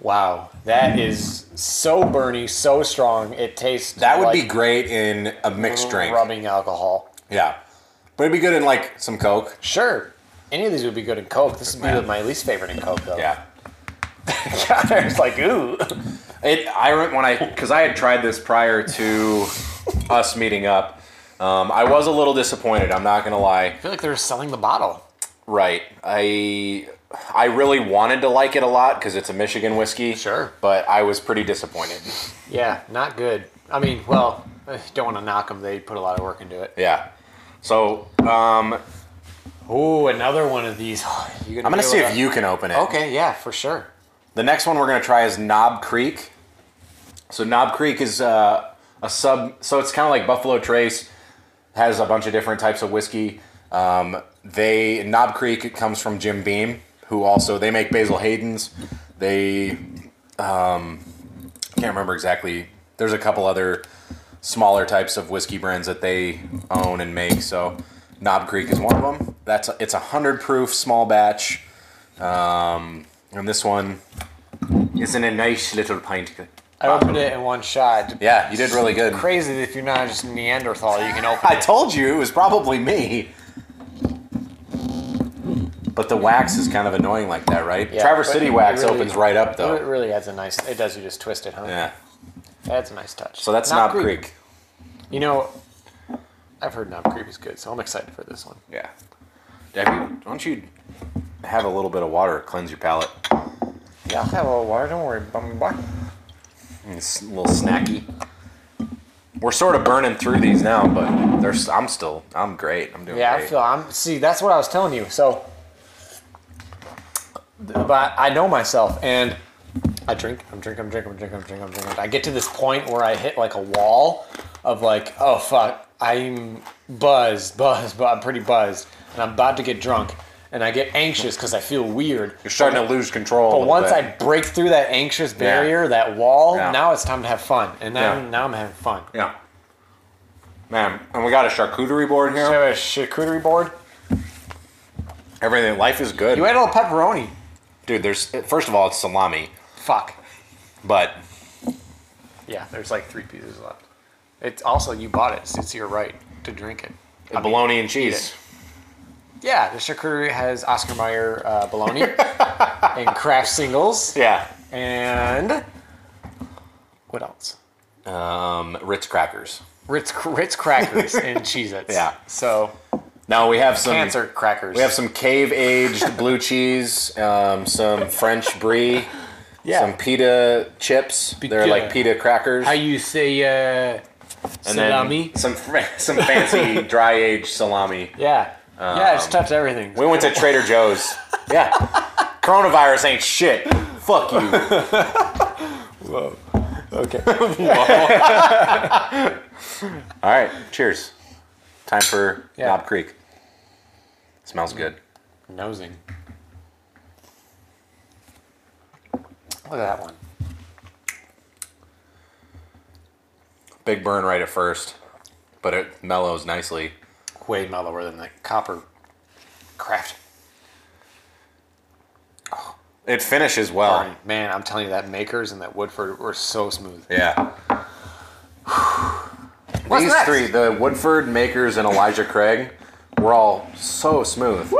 E: Wow, that is so burny, so strong. It tastes
D: That would be
E: like
D: great in a mixed drink.
E: rubbing alcohol.
D: Yeah, but it'd be good in like some Coke.
E: Sure, any of these would be good in Coke. This would be
D: Yeah.
E: my least favorite in Coke, though.
D: Yeah.
E: Connor's like, ooh.
D: It. I re- when I because I had tried this prior to us meeting up. Um, I was a little disappointed. I'm not gonna lie.
E: I feel like they're selling the bottle.
D: Right. I I really wanted to like it a lot because it's a Michigan whiskey.
E: Sure.
D: But I was pretty disappointed.
E: Yeah, not good. I mean, well, I don't want to knock them. They put a lot of work into it.
D: Yeah. So um,
E: Ooh, another one of these. You
D: I'm gonna
E: be
D: see
E: able
D: if
E: to-
D: you can open it.
E: Okay, yeah, for sure.
D: The next one we're gonna try is Knob Creek. So Knob Creek is uh, a sub. So it's kind of like Buffalo Trace. Has a bunch of different types of whiskey. Um, they Knob Creek it comes from Jim Beam, who also they make Basil Hayden's. They um, can't remember exactly. There's a couple other smaller types of whiskey brands that they own and make. So Knob Creek is one of them. That's it's a hundred proof small batch. Um, and this one is in a nice little pint.
E: I opened it in one shot.
D: Yeah, you did really good.
E: Crazy if you're not just Neanderthal, you can open
D: I
E: it.
D: told you it was probably me. But the wax is kind of annoying like that, right?
E: Yeah,
D: Traverse
E: but
D: City
E: it
D: wax
E: really-
D: opens right up
E: It
D: though.
E: really adds a nice. It does. You just twist it, huh?
D: Yeah.
E: That's a nice touch.
D: So that's Knob, Creek.
E: You know, I've heard Knob Creek is good, so I'm excited for this one.
D: Yeah. Have you, don't you have a little bit of water to cleanse your palate?
E: Yeah, I'll have a little water. Don't worry, bummy boy.
D: It's a little snacky. We're sort of burning through these now, but there's I'm still I'm great. I'm doing
E: Yeah, I
D: great.
E: feel. I'm. See, that's what I was telling you. So, but I know myself, and I drink. I'm drinking. I'm drinking. I'm drinking. I'm drinking. I'm drinking. I get to this point where I hit like a wall of like, oh fuck, I'm buzzed, buzzed, but I'm pretty buzzed, and I'm about to get drunk, and I get anxious because I feel weird.
D: You're starting to lose control. a
E: But
D: little
E: once
D: bit.
E: I break through that anxious barrier, that wall,
D: Yeah.
E: now it's time to have fun, and now,
D: Yeah.
E: now I'm having fun.
D: Yeah. Man, and we got a charcuterie board
E: So I
D: here.
E: have a charcuterie board.
D: Everything life is good.
E: You had a little pepperoni.
D: Dude, there's first of all it's salami,
E: Fuck.
D: but
E: Yeah, there's like three pieces left. It's also you bought it. so It's your right to drink it.
D: the bologna and cheese.
E: Yeah, the charcuterie has Oscar Mayer uh, bologna and craft singles
D: Yeah.
E: and what else?
D: Um, Ritz crackers.
E: Ritz Ritz crackers and Cheez-Its.
D: Yeah.
E: So
D: Now we have some
E: cancer crackers.
D: We have some cave aged blue cheese, um, some French brie,
E: Yeah.
D: some pita chips. They're like
E: Pita.
D: pita crackers.
E: How you say uh,
D: and then
E: salami?
D: some fr- some fancy dry aged salami.
E: Yeah. yeah, it's touched everything.
D: We went to Trader Joe's. Yeah, coronavirus ain't shit. Fuck you.
E: Okay.
D: All right, cheers. Time for
E: Yeah.
D: Knob Creek. Smells good.
E: Nosing. Look at that one.
D: Big burn right at first, but it mellows nicely.
E: Way mellower than the copper craft.
D: It finishes well.
E: Man, I'm telling you that Makers and that Woodford were so smooth.
D: Yeah.
E: What's
D: These
E: next?
D: three, the Woodford, Makers, and Elijah Craig, were all so smooth.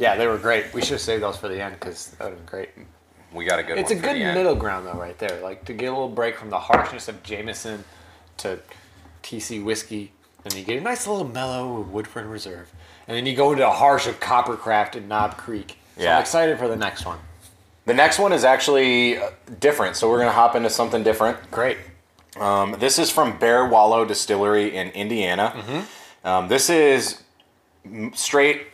E: Yeah, they were great. We should have saved those for the end because that would have been great.
D: We got a good
E: It's a
D: one. for
E: good
D: the end.
E: middle ground though, right there. Like to get a little break from the harshness of Jameson to TC whiskey, and you get a nice little mellow of Woodford Reserve, and then you go into the harsh of Coppercraft and Knob Creek. So
D: Yeah.
E: I'm excited for the next one.
D: The next one is actually uh, different, so we're going to hop into something different.
E: Great.
D: Um, this is from Bear Wallow Distillery in Indiana.
E: Mm-hmm.
D: Um, this is m- straight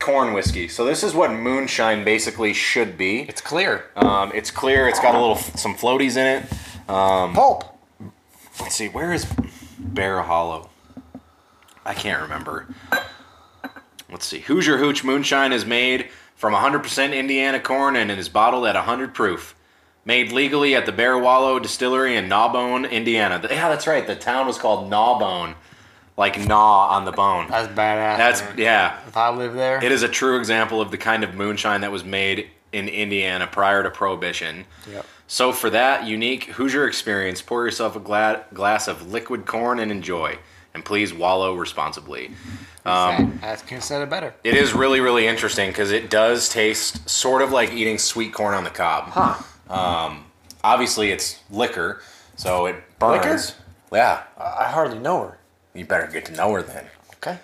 D: corn whiskey. So this is what moonshine basically should be.
E: It's clear.
D: Um, it's clear. It's got a little f- some floaties in it. Mm.
E: Pulp.
D: Let's see, where is Bear Hollow? I can't remember. Let's see. Hoosier Hooch Moonshine is made from 100% Indiana corn and it is bottled at 100 proof. Made legally at the Bear Wallow Distillery in Gnawbone, Indiana. Th- Yeah, that's right. The town was called Gnawbone, like gnaw on the bone.
E: That's badass.
D: That's
E: man.
D: yeah.
E: if I live there.
D: It is a true example of the kind of moonshine that was made in Indiana prior to Prohibition.
E: Yep.
D: So for that unique Hoosier experience, pour yourself a gla- glass of liquid corn and enjoy. And please wallow responsibly.
E: Um, I can said it better.
D: It is really, really interesting because it does taste sort of like eating sweet corn on the cob.
E: Huh.
D: Obviously, it's liquor, so it burns.
E: Liquor?
D: Yeah.
E: I hardly know her.
D: You better get to know her then.
E: Okay.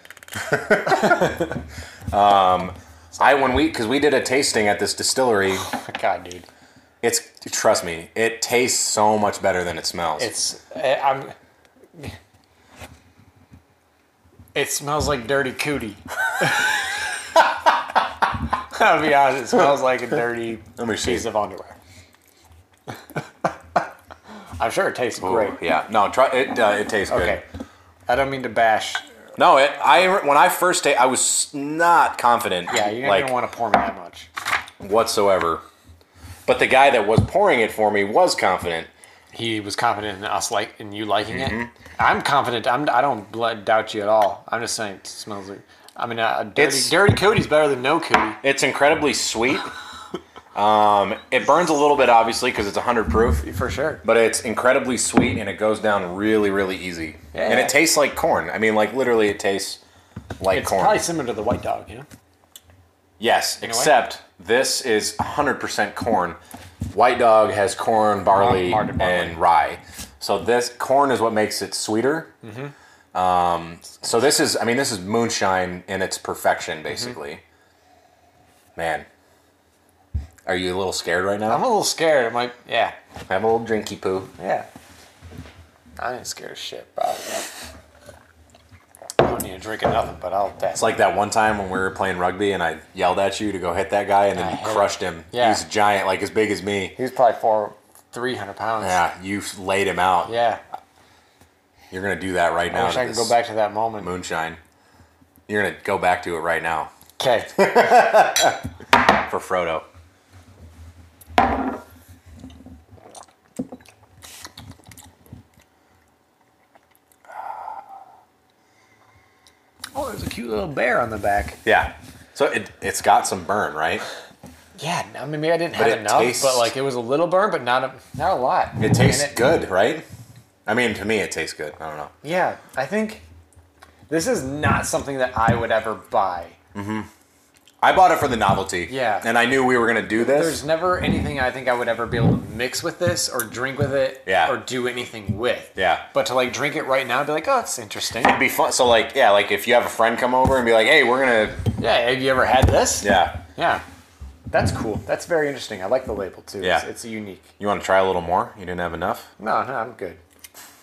D: I when we because we did a tasting at this distillery.
E: God, dude.
D: It's trust me, it tastes so much better than it smells.
E: It's eh, I'm. It smells like dirty cootie. I'll be honest, it smells like a dirty
D: Let me see.
E: piece of underwear. I'm sure it tastes
D: Ooh,
E: great.
D: Yeah, no, try it. Uh, it tastes good.
E: Okay, I don't mean to bash.
D: No, it. I when I first ta- I was not confident.
E: Yeah, you're not
D: like
E: gonna want to pour me that much.
D: whatsoever. But the guy that was pouring it for me was confident.
E: He was confident in us like in you liking it.
D: Mm-hmm.
E: I'm confident. I'm. I don't bl- doubt you at all. I'm just saying it smells like. I mean, uh, a dirty,
D: It's-
E: dirty cootie's better than no cootie.
D: It's incredibly sweet. um, it burns a little bit, obviously, because it's 100 proof.
E: For sure.
D: But it's incredibly sweet, and it goes down really, really easy.
E: Yeah.
D: And it tastes like corn. I mean, like literally, it tastes like
E: It's
D: corn.
E: probably similar to the white dog, you know?
D: Yes,
E: know what?
D: except this is 100% corn. White Dog has corn, barley,
E: Malted barley.
D: and rye. So this corn is what makes it sweeter. Um,
E: Mm-hmm.
D: so this is, I mean, this is moonshine in its
E: Mm-hmm.
D: perfection, basically. Man, are you a little scared right
E: I'm a
D: now?
E: little scared. I'm like, yeah,
D: Have a little drinky poo.
E: yeah. I ain't scared of shit, bro. I don't need a drink or nothing, but I'll that's
D: It's like that one time when we were playing rugby and I yelled at you to go hit that guy and then you
E: hate
D: crushed him.
E: Yeah.
D: He's giant, like as big as me.
E: he was probably four, three hundred pounds.
D: Yeah, you laid him out.
E: yeah.
D: You're gonna do that right now.
E: I wish
D: to
E: I could
D: this-
E: go back to that moment.
D: moonshine. You're gonna go back to it right now
E: Okay,
D: for Frodo.
E: oh, there's a cute little bear on the back.
D: Yeah. So it it's got some burn, right?
E: Yeah, I mean, maybe I didn't
D: But
E: have
D: it
E: enough,
D: tastes-
E: but like it was a little burn, but not a not a lot.
D: It tastes
E: And it-
D: good, right? I mean, to me, it tastes good. I don't know.
E: Yeah, I think this is not something that I would ever buy.
D: I bought it for the novelty.
E: Yeah.
D: And I knew we were gonna do this.
E: There's never anything I think I would ever be able to mix with this or drink with it
D: Yeah.
E: or do anything with.
D: Yeah.
E: But to like drink it right now and be like, oh, it's interesting.
D: It'd be fun. So like, yeah, like if you have a friend come over and be like, hey, we're gonna,
E: Yeah. Have you ever had this?
D: yeah,
E: Yeah. That's cool. That's very interesting. I like the label too.
D: Yeah.
E: It's, it's unique.
D: you want to try a little more? You didn't have enough.
E: No, no, I'm good.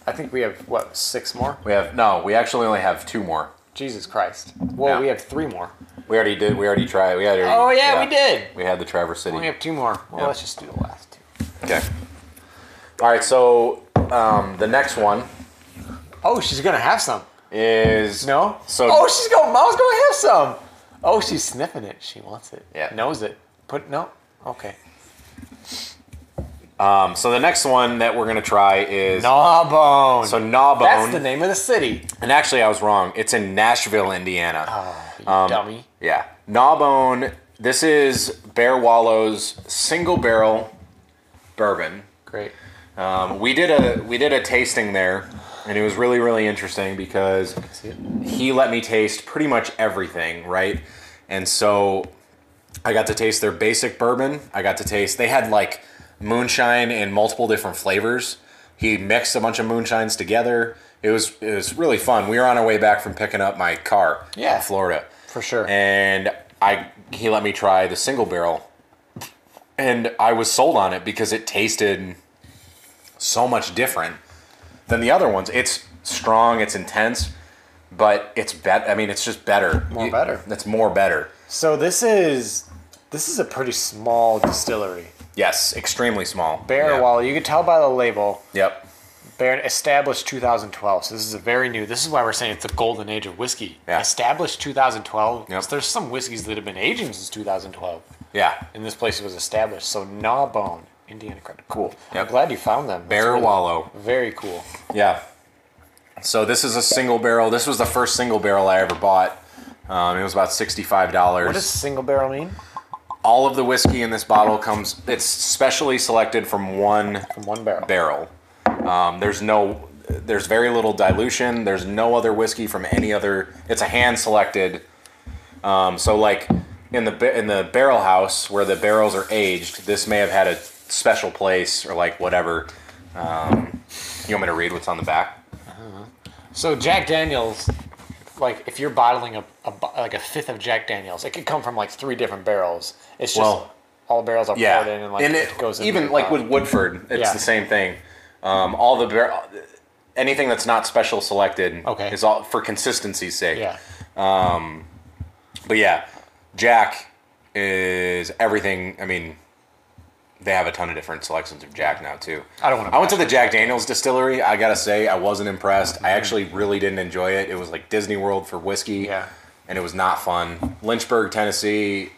E: I think we have what six more.
D: We have no. We actually only have two more.
E: Jesus Christ. Well,
D: Yeah.
E: we have three more.
D: We already did. We already tried. We already.
E: Oh, yeah, we did.
D: We had the Traverse City.
E: We have two more. Well,
D: Yeah.
E: let's just do the last two.
D: Okay. All right. So um, the next one
E: Oh, she's gonna have some.
D: is
E: No.
D: So
E: oh, she's going. Mom's gonna have some. Oh, she's sniffing it. She wants it.
D: Yeah.
E: Knows it. Put no. Okay.
D: um, so the next one that we're gonna try is
E: Gnawbone.
D: so Gnawbone.
E: That's the name of the city.
D: And actually, I was wrong. It's in Nashville, Indiana.
E: You dummy.
D: Yeah, Gnawbone. This is Bear Wallow's single barrel bourbon.
E: Great.
D: Um, we did a we did a tasting there, and it was really really interesting because
E: See it?
D: he let me taste pretty much everything, right? And so I got to taste their basic bourbon. I got to taste, they had like moonshine in multiple different flavors. He mixed a bunch of moonshines together. It was it was really fun. We were on our way back from picking up my car
E: Yeah.
D: in Florida.
E: For sure.
D: And I he let me try the single barrel. And I was sold on it because it tasted so much different than the other ones. It's strong, it's intense, but it's bet. I mean, it's just better.
E: More
D: You-
E: better.
D: It's more better.
E: So this is this is a pretty small distillery.
D: Yes, extremely small.
E: Bear
D: yeah.
E: Wallow. You can tell by the label.
D: Yep.
E: Bear established 2012. So this is a very new. This is why we're saying it's the golden age of whiskey.
D: Yeah.
E: Established 2012.
D: Yep.
E: So There's some whiskeys that have been aging since 2012.
D: Yeah.
E: And this place was established. So Gnawbone, Indiana Credit. Cool.
D: Yep.
E: I'm glad you found them. That's
D: Bear
E: really-
D: Wallow.
E: Very cool.
D: Yeah. So this is a single barrel. This was the first single barrel I ever bought. Um, it was about sixty-five
E: What does
D: dollars.
E: single barrel mean?
D: All of the whiskey in this bottle comes. It's specially selected from one
E: From one barrel.
D: barrel. Um, there's no. There's very little dilution. There's no other whiskey from any other. It's a hand-selected. Um, so like in the ba- in the barrel house where the barrels are aged, this may have had a special place or like whatever. Um, you want me to read what's on the back?
E: So Jack Daniels, like if you're bottling a, a bo- like a fifth of Jack Daniels, it could come from like three different barrels. It's just
D: Well,
E: all barrels are
D: Yeah,
E: poured in and like
D: it,
E: goes in
D: even
E: the
D: like
E: bottle.
D: with Woodford, it's
E: Yeah.
D: the same thing. Um, all the bar- anything that's not special selected
E: Okay.
D: is all for consistency's sake.
E: yeah.
D: But yeah, Jack is everything. I mean, they have a ton of different selections of Jack now too.
E: I don't wanna
D: I went to the Jack Daniel's distillery. I gotta say, I wasn't impressed. I actually really didn't enjoy it. It was like Disney World for whiskey.
E: Yeah.
D: And it was not fun. Lynchburg, Tennessee.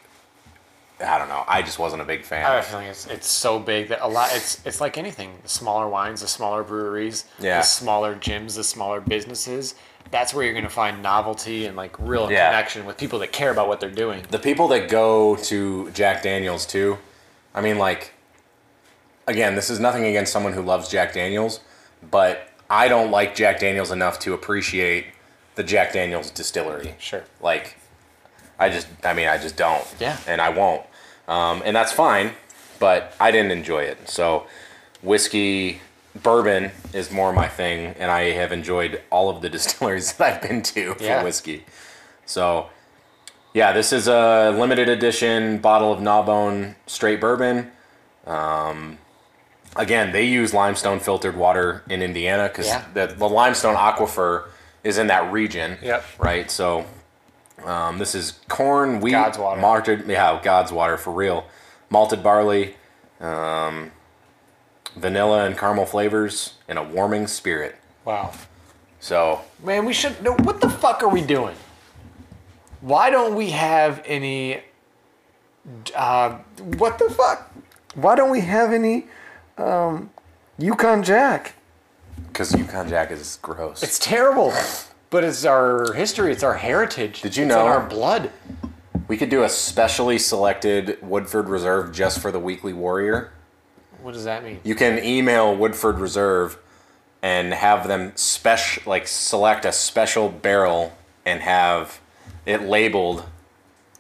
D: I don't know. I just wasn't a big fan.
E: I have a feeling it's, it's so big that a lot it's it's like anything. The smaller wines, the smaller breweries,
D: Yeah.
E: the smaller gyms, the smaller businesses. That's where you're gonna find novelty and like real
D: Yeah.
E: connection with people that care about what they're doing.
D: the people that go to Jack Daniels too, I mean, like, again, this is nothing against someone who loves Jack Daniels, but I don't like Jack Daniels enough to appreciate the Jack Daniels distillery.
E: Sure.
D: Like, I just, I mean, I just don't.
E: Yeah.
D: And I won't. Um, and that's fine, but I didn't enjoy it. So, whiskey, bourbon is more my thing, and I have enjoyed all of the distilleries that I've been to
E: Yeah.
D: for whiskey. So, yeah, this is a limited edition bottle of Gnawbone straight bourbon. Um, again, they use limestone filtered water in Indiana because
E: Yeah.
D: the, the limestone aquifer is in that region.
E: Yep.
D: Right. So um, this is corn, wheat,
E: God's water.
D: malted, yeah, God's water for real, malted barley, um, vanilla and caramel flavors, and a warming spirit.
E: Wow.
D: So
E: Man, we should. No, what the fuck are we doing? Why don't we have any? Uh, what the fuck? Why don't we have any um, Yukon Jack?
D: because Yukon Jack is gross.
E: It's terrible, but it's our history. It's our heritage.
D: Did you
E: It's in
D: know-
E: our blood?
D: We could do a specially selected Woodford Reserve just for the Weekly Warrior.
E: What does that mean?
D: You can email Woodford Reserve and have them special, like select a special barrel and have it labeled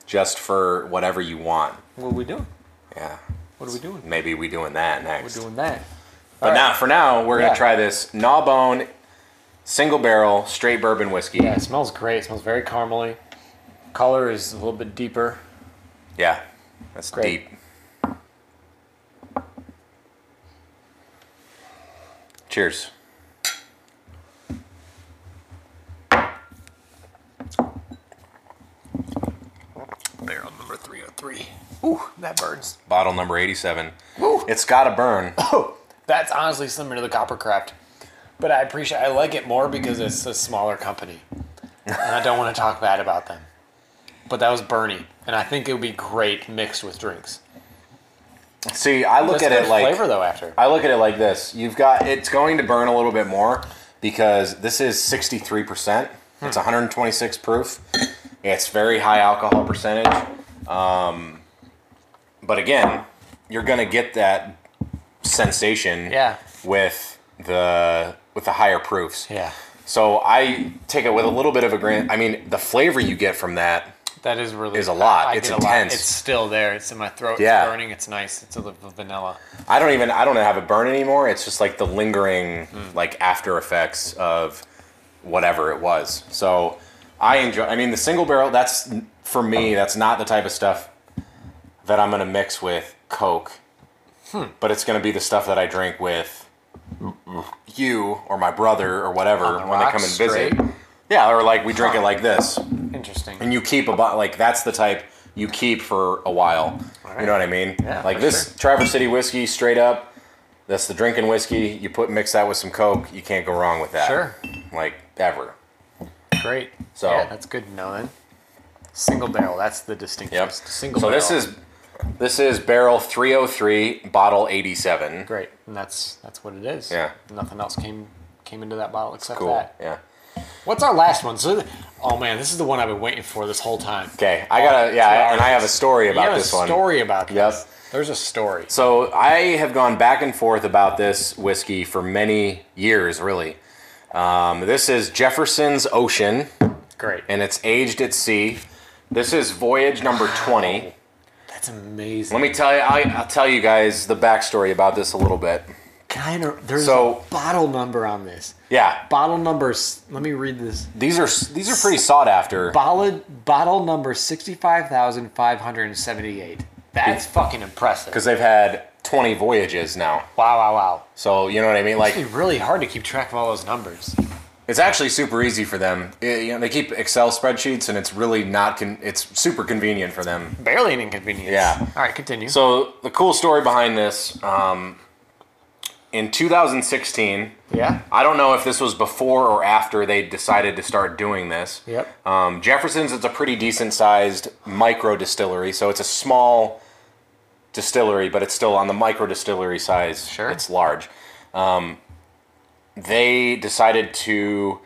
D: just for whatever you want.
E: What are we doing?
D: Yeah,
E: What are we doing?
D: maybe we doing that next.
E: We're doing that.
D: but now, for now, we're
E: Yeah.
D: gonna try this Gnawbone single barrel straight bourbon whiskey.
E: Yeah, it smells great. It smells very caramely. Color is a little bit deeper.
D: Yeah, that's
E: Great.
D: deep. Cheers.
E: Barrel number 303. Ooh, that burns.
D: Bottle number 87.
E: Woo.
D: It's got to burn.
E: Oh, That's honestly similar to the Coppercraft, but I appreciate I like it more because it's a smaller company, and I don't want to talk bad about them. But that was Bernie, and I think it would be great mixed with drinks.
D: See, I look
E: That's
D: at
E: good
D: it like
E: flavor though after.
D: I look at it like this. You've got it's going to burn a little bit more because this is 63%. It's 126 proof. It's very high alcohol percentage. Um, but again, you're going to get that sensation
E: Yeah.
D: with the with the higher proofs.
E: Yeah,
D: So I take it with a little bit of a grain. I mean, the flavor you get from that
E: that is really
D: It's a lot. It's
E: get
D: intense.
E: It's still there. It's in my throat.
D: Yeah.
E: It's burning. It's nice. It's a little vanilla.
D: I don't even I don't have it burn anymore. It's just like the lingering
E: Hmm.
D: like after effects of whatever it was. So I enjoy I mean the single barrel that's for me that's not the type of stuff that I'm going to mix with coke.
E: Hmm.
D: But it's going to be the stuff that I drink with you or my brother or whatever
E: the
D: when they come
E: rocks,
D: and visit.
E: straight.
D: Yeah, or like we drink it like this
E: Interesting.
D: and you keep a bo- like that's the type you keep for a while. You know what I mean?
E: Yeah,
D: like
E: for
D: this
E: sure.
D: Traverse City whiskey, straight up. That's the drinking whiskey. You put mix that with some Coke. You can't go wrong with that.
E: Sure.
D: Like ever.
E: Great.
D: So-
E: yeah, that's good to know then. Single barrel. That's the distinction.
D: Yep.
E: Single.
D: so
E: barrel.
D: this is this is barrel 303, bottle 87.
E: great, and that's that's what it is.
D: Yeah.
E: Nothing else came came into that bottle except
D: Cool.
E: that.
D: Yeah.
E: What's our last one? So, oh man, this is the one I've been waiting for this whole time.
D: Okay. I gotta. Yeah.
E: Two
D: and I have a
E: hours.
D: story about
E: you have
D: this
E: a
D: one.
E: story about this.
D: Yep.
E: There's a story.
D: So I have gone back and forth about this whiskey for many years, really. Um, this is Jefferson's Ocean.
E: Great.
D: and it's aged at sea. This is voyage number 20.
E: That's amazing.
D: Let me tell you, I, I'll tell you guys the backstory about this a little bit.
E: Kind of. There's
D: So-
E: a bottle number on this.
D: Yeah.
E: Bottle numbers. Let me read this.
D: These are these are pretty sought after.
E: Bottle bottle number sixty-five thousand five hundred and seventy-eight. That's fucking impressive.
D: because they've had 20 voyages now.
E: wow, wow, wow.
D: So you know what I mean? Like
E: It's really hard to keep track of all those numbers.
D: it's actually super easy for them. I- you know, they keep Excel spreadsheets, and it's really not. Con- it's super convenient for them.
E: Barely an inconvenience.
D: Yeah.
E: All right, continue.
D: So the cool story behind this, um, in 2016,
E: yeah.
D: I don't know if this was before or after they decided to start doing this.
E: Yep.
D: Um, Jefferson's is a pretty decent sized micro distillery, so it's a small distillery, but it's still on the micro distillery size.
E: Sure.
D: It's large. Um, they decided to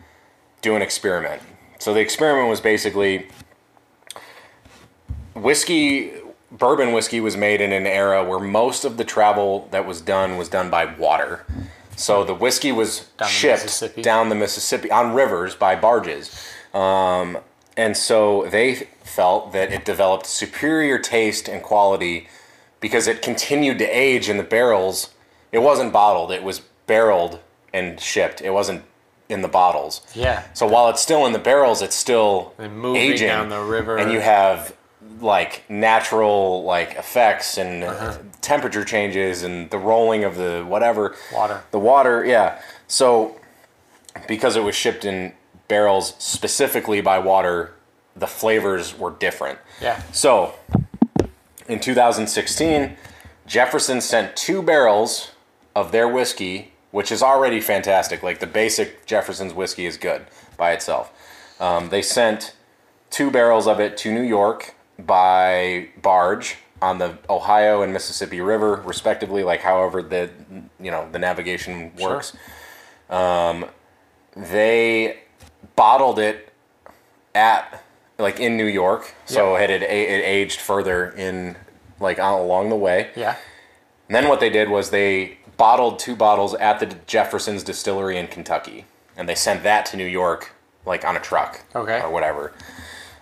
D: do an experiment. So the experiment was basically whiskey, bourbon whiskey was made in an era where most of the travel that was done was done by water. So the whiskey was
E: Down the
D: shipped
E: Mississippi.
D: down the Mississippi on rivers by barges. Um, and so they felt that it developed superior taste and quality because it continued to age in the barrels. It wasn't bottled, it was barreled and shipped. It wasn't in the bottles.
E: Yeah.
D: So while it's still in the barrels, it's still
E: And moving
D: aging
E: down the river.
D: and you have like natural like effects and
E: Uh-huh.
D: uh temperature changes and the rolling of the whatever
E: Water.
D: the water yeah so because it was shipped in barrels specifically by water the flavors were different
E: Yeah.
D: so in 2016 jefferson sent two barrels of their whiskey which is already fantastic like the basic jefferson's whiskey is good by itself um, they sent two barrels of it to New York by barge on the Ohio and Mississippi River, respectively, like however the you know the navigation works. Um, they bottled it at like in New York, so it had it aged further in like on, along the way.
E: Yeah.
D: And then what they did was they bottled two bottles at the Jefferson's distillery in Kentucky, and they sent that to New York, like on a truck,
E: Okay.
D: or whatever.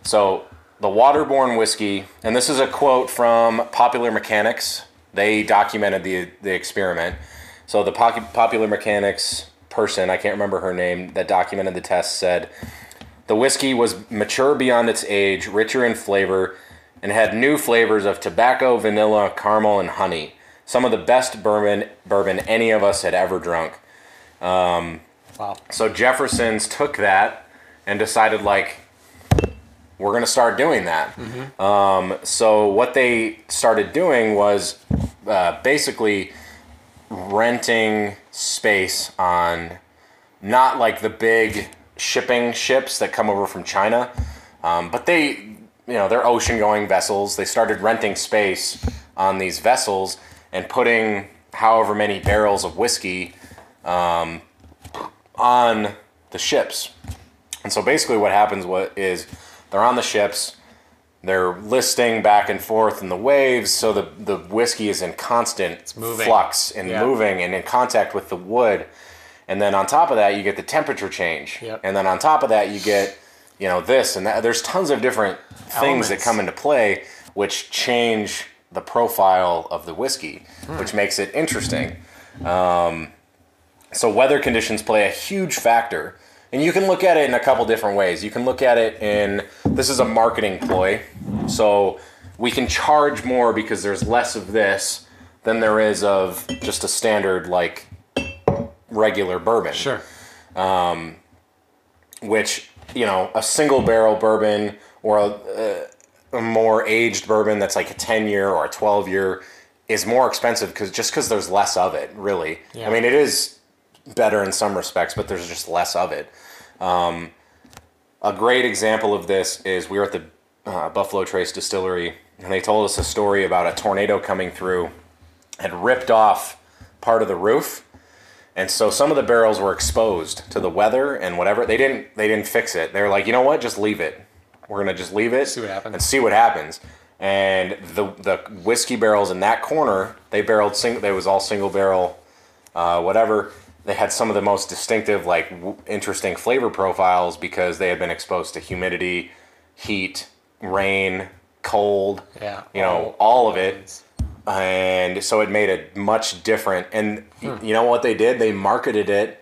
D: So the waterborne whiskey, and this is a quote from Popular Mechanics. They documented the the experiment. So the Poc- Popular Mechanics person, I can't remember her name, that documented the test said the whiskey was mature beyond its age, richer in flavor, and had new flavors of tobacco, vanilla, caramel, and honey. Some of the best bourbon bourbon any of us had ever drunk. Um,
E: Wow.
D: So Jefferson's took that and decided like we're gonna start doing that. Um, so what they started doing was uh, basically renting space on not like the big shipping ships that come over from China, um, but they you know they're ocean going vessels. They started renting space on these vessels and putting however many barrels of whiskey um, on the ships. And so basically what happens what is they're on the ships, they're listing back and forth in the waves, so the, the whiskey is in constant
E: moving.
D: flux and
E: Yeah.
D: moving and in contact with the wood. And then on top of that you get the temperature change.
E: Yep.
D: And then on top of that you get, you know, this and that there's tons of different things that
E: Elements.
D: come into play which change the profile of the whiskey,
E: Hmm.
D: which makes it interesting. So weather conditions play a huge factor. And you can look at it in a couple different ways. You can look at it in this is a marketing ploy. So we can charge more because there's less of this than there is of just a standard like regular bourbon
E: Sure.
D: which you know a single barrel bourbon or a, a more aged bourbon that's like a 10 year or a 12 year is more expensive because just because there's less of it really
E: Yeah.
D: i mean it is better in some respects but there's just less of it um, a great example of this is we were at the uh, buffalo trace distillery and they told us a story about a tornado coming through had ripped off part of the roof and so some of the barrels were exposed to the weather and whatever. They didn't they didn't fix it. They were like, you know what, just leave it. We're gonna just leave it
E: See what happens.
D: and see what happens. And the the whiskey barrels in that corner, they barreled single. They was all single barrel, uh, whatever. They had some of the most distinctive, like w- interesting flavor profiles because they had been exposed to humidity, heat, rain, cold.
E: Yeah.
D: you know, all of it and so it made it much different. And y
E: Hmm.
D: you know what they did? They marketed it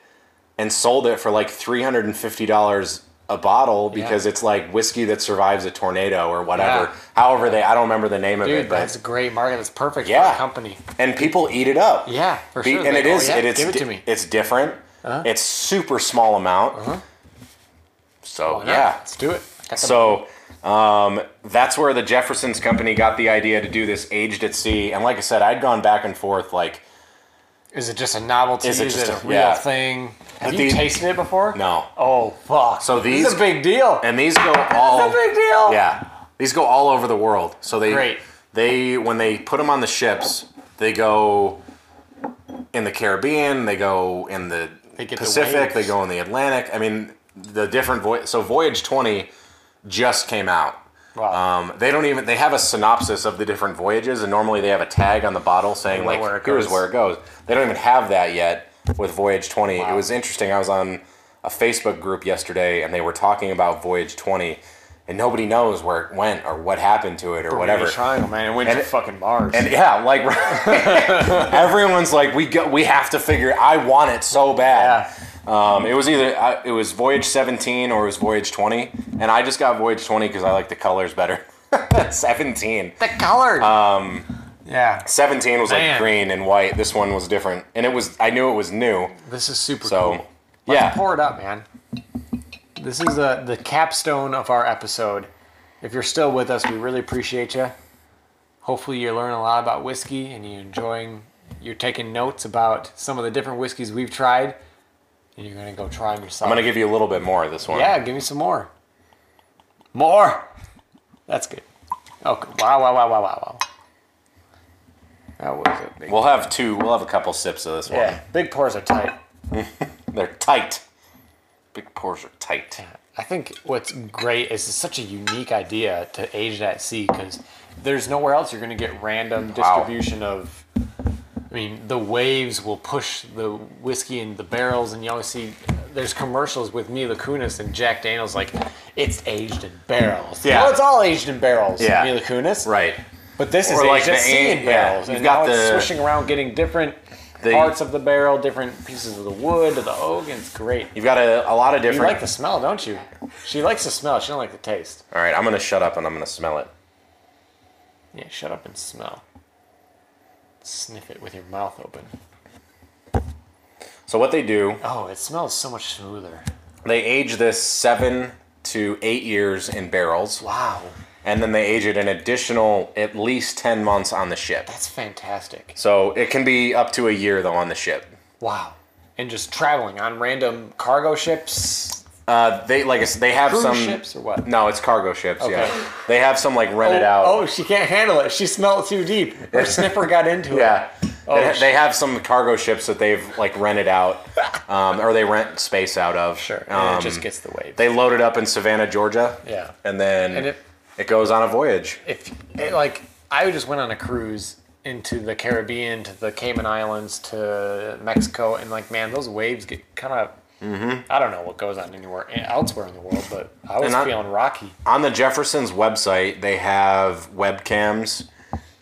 D: and sold it for like three hundred and fifty dollars a bottle because it's like whiskey that survives a tornado or whatever.
E: Yeah.
D: However, they I don't remember the name of
E: Dude,
D: it, but
E: that's a great market. That's perfect for
D: Yeah.
E: a company.
D: and people eat it up.
E: Yeah, for sure.
D: And
E: They
D: it
E: go,
D: is.
E: "Yeah,
D: it- it's
E: give it to
D: di-
E: me." Uh-huh.
D: It's different. It's super small amount. So
E: Why not?
D: yeah.
E: Let's do it. Got the-
D: So um, that's where the Jeffersons Company got the idea to do this aged at sea. And like I said, I'd gone back and forth. Like
E: is it just a novelty?
D: Is
E: Is
D: it
E: it,
D: just
E: a,
D: a-
E: real
D: yeah.
E: thing? Have
D: But
E: you
D: the-
E: tasted it before?
D: no,
E: Oh fuck.
D: So
E: This is
D: these-
E: a big deal.
D: and these go all.
E: That's a big deal.
D: Yeah, these go all over the world. So they
E: Great.
D: they when they put them on the ships, they go in the Caribbean, they go in the
E: They get the
D: Pacific,
E: waves.
D: they go in the Atlantic. I mean, the different voy So Voyage 20 just came out.
E: Wow.
D: Um, they don't even they have a synopsis of the different voyages, and normally they have a tag on the bottle saying like
E: where it
D: here's
E: goes."
D: where it goes. They don't even have that yet with Voyage 20. It
E: Wow.
D: was interesting. I was on a Facebook group yesterday, and they were talking about Voyage 20, and nobody knows where it went or what happened to it or whatever.
E: Bermuda Triangle, man. It went
D: And
E: to
D: it-
E: fucking bars.
D: And yeah, like everyone's like, we go, we have to figure. I want it so bad. Um, it was either I, it was Voyage 17 or it was Voyage 20, and I just got Voyage 20 because I like the colors better. 17.
E: the color. Um. Yeah.
D: 17 was
E: Man.
D: like green and white. This one was different, and it was I knew it was new.
E: This is super
D: So
E: cool.
D: yeah,
E: Pour it up, man. This is uh, the the capstone of our episode. If you're still with us, we really appreciate you. Hopefully, you're learning a lot about whiskey and you're enjoying. You're taking notes about some of the different whiskeys we've tried, and you're gonna go try them yourself.
D: I'm gonna give you a little bit more of this one.
E: Yeah, give me some more. More. That's good. Okay. Wow! Wow! Wow! Wow! Wow! Wow! That was a big.
D: We'll have two. We'll have a couple sips of this one.
E: yeah, big pours are tight.
D: They're tight. Big pores are tight.
E: I think what's great is it's such a unique idea to age that sea because there's nowhere else you're going to get random
D: Wow.
E: distribution of. I mean, the waves will push the whiskey in the barrels, and you always see there's commercials with Mila Kunis and Jack Daniels like it's aged in barrels.
D: Yeah.
E: well, it's all aged in barrels.
D: Yeah.
E: Mila Kunis,
D: Right.
E: But this is
D: Or like
E: aged in
D: the
E: sea
D: an-
E: in
D: yeah,
E: barrels,
D: you've
E: and
D: got
E: now it's
D: the-
E: swishing around, getting different
D: The-
E: parts of the barrel, different pieces of the wood, of the oak, and it's great.
D: You've got a, a lot of
E: You
D: different.
E: like the smell, don't you? She likes the smell. She don't like the taste.
D: All right, I'm gonna shut up and I'm gonna smell it.
E: Yeah, shut up and smell. Sniff it with your mouth open.
D: So what they do,
E: Oh, it smells so much smoother.
D: they age this seven to eight years in barrels,
E: Wow,
D: and then they age it an additional at least ten months on the ship.
E: that's fantastic.
D: So it can be up to a year though on the ship.
E: Wow, and just traveling on random cargo ships.
D: Uh, they like I s- they have
E: Cruise
D: some
E: ships or what?
D: No, it's cargo ships.
E: Okay.
D: Yeah, they have some like rented
E: oh,
D: out.
E: oh, she can't handle it. She smelled too deep. Her sniffer got into it.
D: Yeah.
E: Oh,
D: they,
E: sh-
D: they have some cargo ships that they've like rented out, um, or they rent space out of.
E: Sure, and
D: Um,
E: it just gets the wave.
D: They load it up in Savannah, Georgia.
E: Yeah.
D: And then
E: And
D: it,
E: it-
D: goes on a voyage.
E: if it, like I just went on a cruise into the Caribbean, to the Cayman Islands, to Mexico, and like man, those waves get kind of. I don't know what goes on anywhere eh, elsewhere in the world, but I
D: Mm-hmm.
E: was
D: And I-
E: feeling rocky.
D: On the Jefferson's website, they have webcams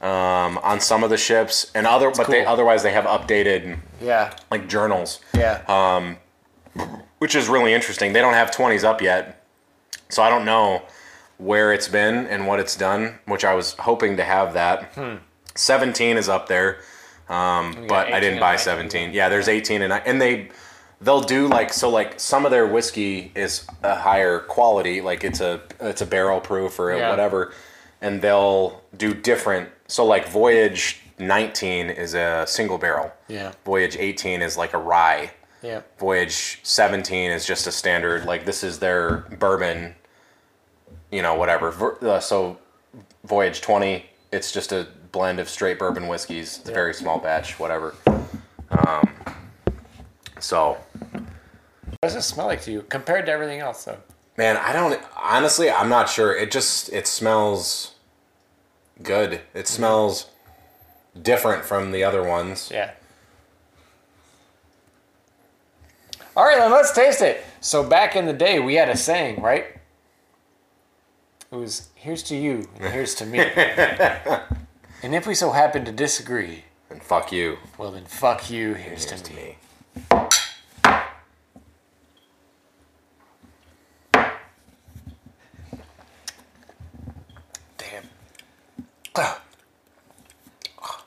D: um, on some of the ships, and other but they
E: cool.
D: otherwise they have updated
E: Yeah,
D: like journals,
E: yeah.
D: Uh, which is really interesting. They don't have 20s up yet, so I don't know where it's been and what it's done, which I was hoping to have that.
E: Hmm.
D: 17 is up there. Um, but I
E: 18
D: didn't
E: and
D: buy
E: 19.
D: 17. Yeah, there's 18 and I, and they they'll do like so like some of their whiskey is a higher quality, like it's a it's a barrel proof or
E: Yeah.
D: whatever, and they'll do different. So like Voyage 19 is a single barrel.
E: Yeah.
D: Voyage 18 is like a rye.
E: yeah,
D: Voyage 17 is just a standard, like this is their bourbon, you know, whatever. Ver- Uh, so Voyage 20, it's just a blend of straight bourbon whiskeys. It's a very small batch, whatever. Um, so,
E: what does it smell like to you compared to everything else? Though
D: man, I don't, honestly, I'm not sure. It just, it smells good. It smells different from the other ones.
E: yeah. All right, then let's taste it. So back in the day, we had a saying, right? It was "Here's to you, and here's to me." And if we so happen to disagree,
D: And fuck you.
E: well then fuck you, here's,
D: Here's
E: to me. Damn. Ah. Ah.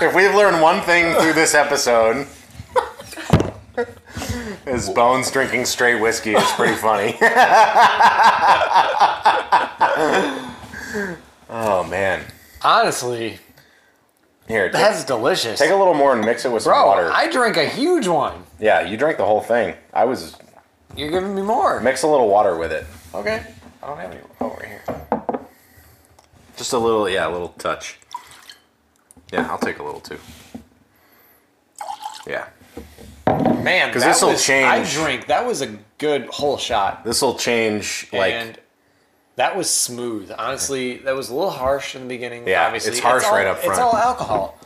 D: If we've learned one thing through this episode, is Bones drinking straight whiskey is pretty funny. oh man.
E: Honestly,
D: Here, take,
E: that's delicious.
D: take a little more and mix it with some
E: Bro,
D: water.
E: I drank a huge one.
D: yeah, you drank the whole thing. I was
E: You're giving me more.
D: mix a little water with it.
E: Okay. I don't have any over here.
D: Just a little, yeah, a little touch. Yeah, I'll take a little too. Yeah.
E: Man,
D: 'Cause
E: that
D: this'll
E: was- I
D: change.
E: drink. That was a good whole shot.
D: This will change like
E: and that was smooth. Honestly, that was a little harsh in the beginning.
D: Yeah,
E: obviously.
D: it's harsh
E: all-
D: right up
E: It's
D: front.
E: all alcohol.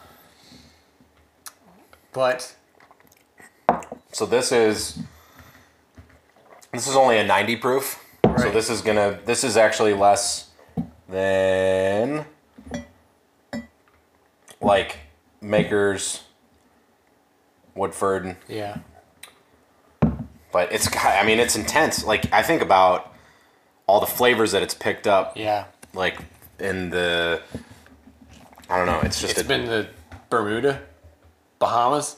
E: But
D: so this is this is only a 90 proof. So
E: Right.
D: this is going to this is actually less than like Makers Woodford
E: yeah,
D: but it's I mean it's intense. Like I think about all the flavors that it's picked up
E: yeah.
D: like in the I don't know. It's just
E: It's
D: a,
E: been the Bermuda, Bahamas.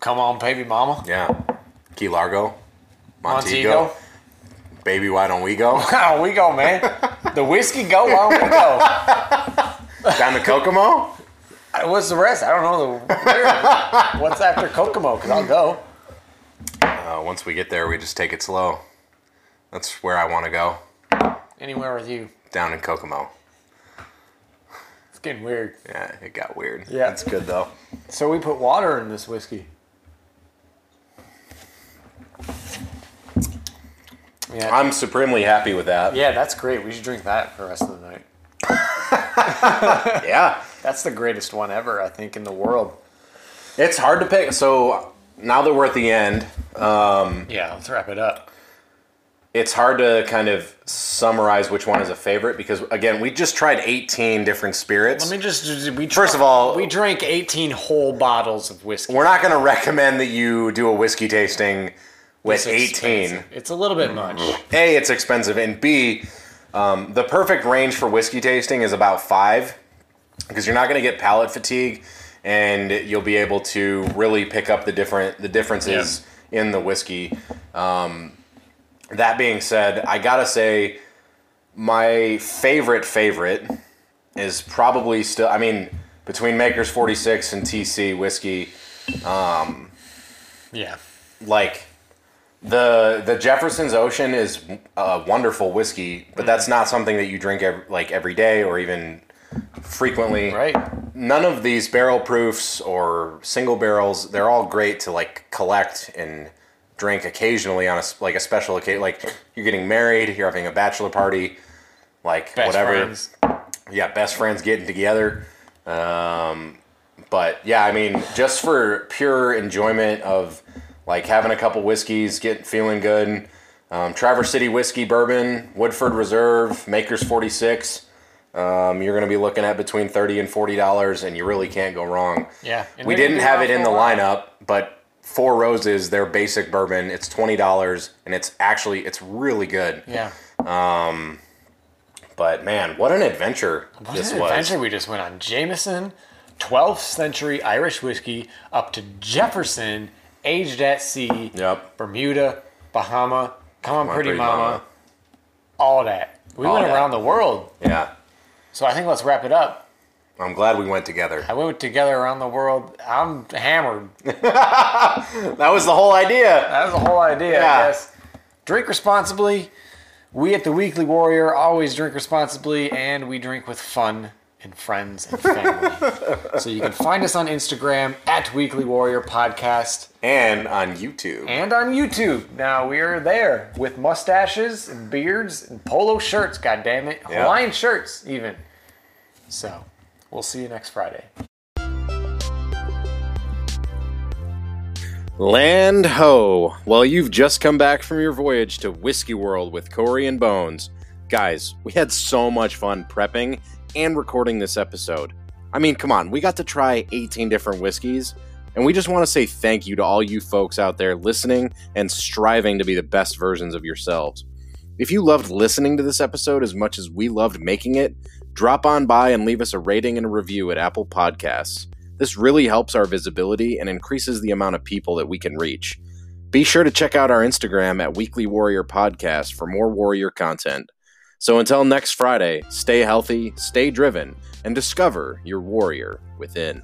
E: Come on, baby mama.
D: yeah, Key Largo, Montego,
E: Montego.
D: baby. Why don't we go
E: Wow, we go, man. the whiskey go, why don't we go?
D: down to Kokomo?
E: I- What's the rest? I don't know. The, what's after Kokomo? Because I'll go.
D: Uh, once we get there, we just take it slow. That's where I want to go.
E: Anywhere with you.
D: Down in Kokomo.
E: It's getting weird.
D: Yeah, it got weird.
E: Yeah.
D: it's good though.
E: So we put water in this whiskey. Yeah.
D: I'm supremely happy with that.
E: yeah, that's great. We should drink that for the rest of the night.
D: yeah.
E: That's the greatest one ever, I think, in the world.
D: It's hard to pick. So now that we're at the end,
E: Yeah, let's wrap it up.
D: it's hard to kind of summarize which one is a favorite because again, we just tried 18 different spirits.
E: Let me just we
D: First of all-
E: we drank 18 whole bottles of whiskey.
D: We're not going to recommend that you do a whiskey tasting with
E: It's
D: 18.
E: expensive. It's a little bit much.
D: A, it's expensive, and B, um, the perfect range for whiskey tasting is about five because you're not going to get palate fatigue, and you'll be able to really pick up the different the differences in the whiskey. Um, that being said, I gotta say, my favorite favorite is probably still. I mean, between Maker's Forty Six and TC whiskey.
E: Yeah.
D: like the the Jefferson's Ocean is a wonderful whiskey,
E: Mm-hmm.
D: but that's not something that you drink ev- like every day or even frequently.
E: Right.
D: None of these barrel proofs or single barrels, they're all great to like collect and drink occasionally on a s- like a special occasion like you're getting married, you're having a bachelor party, like
E: Best
D: whatever
E: friends.
D: yeah, best friends getting together. Um, but yeah, I mean, just for pure enjoyment of like having a couple whiskeys, getting feeling good. Um, Traverse City whiskey, bourbon, Woodford Reserve, Maker's Forty Six. Um, you're going to be looking at between thirty and forty dollars, and you really can't go wrong.
E: Yeah. And
D: we
E: they've been
D: didn't have
E: around
D: it in
E: for
D: the
E: a while.
D: lineup, but Four Roses, their basic bourbon, it's twenty dollars, and it's actually it's really good.
E: Yeah.
D: But man, what an adventure
E: What
D: this
E: an
D: was!
E: adventure we just went on. Jameson, 12th century Irish whiskey, up to Jefferson, aged at sea,
D: Yep.
E: Bermuda, Bahama, Come On, Pretty,
D: Pretty
E: Mama,
D: Mama.
E: all that. We
D: All
E: went
D: that.
E: around the world.
D: Yeah.
E: So I think let's wrap it up.
D: I'm glad we went together.
E: I went together around the world. I'm hammered.
D: That was the whole idea.
E: That was the whole idea,
D: Yeah.
E: I guess. Drink responsibly. We at the Weekly Warrior always drink responsibly, and we drink with fun and friends and family. so you can find us on Instagram at Weekly Warrior Podcast
D: And on YouTube.
E: and on YouTube. Now we are there with mustaches and beards and polo shirts. God damn it,
D: Yeah.
E: Hawaiian shirts even. So we'll see you next Friday.
D: Land ho! Well, you've just come back from your voyage to Whiskey World with Corey and Bones. Guys, we had so much fun prepping and recording this episode. I mean, come on, we got to try 18 different whiskeys, and we just want to say thank you to all you folks out there listening and striving to be the best versions of yourselves. If you loved listening to this episode as much as we loved making it, drop on by and leave us a rating and a review at Apple Podcasts. This really helps our visibility and increases the amount of people that we can reach. Be sure to check out our Instagram at Weekly Warrior Podcast for more warrior content. So until next Friday, stay healthy, stay driven, and discover your warrior within.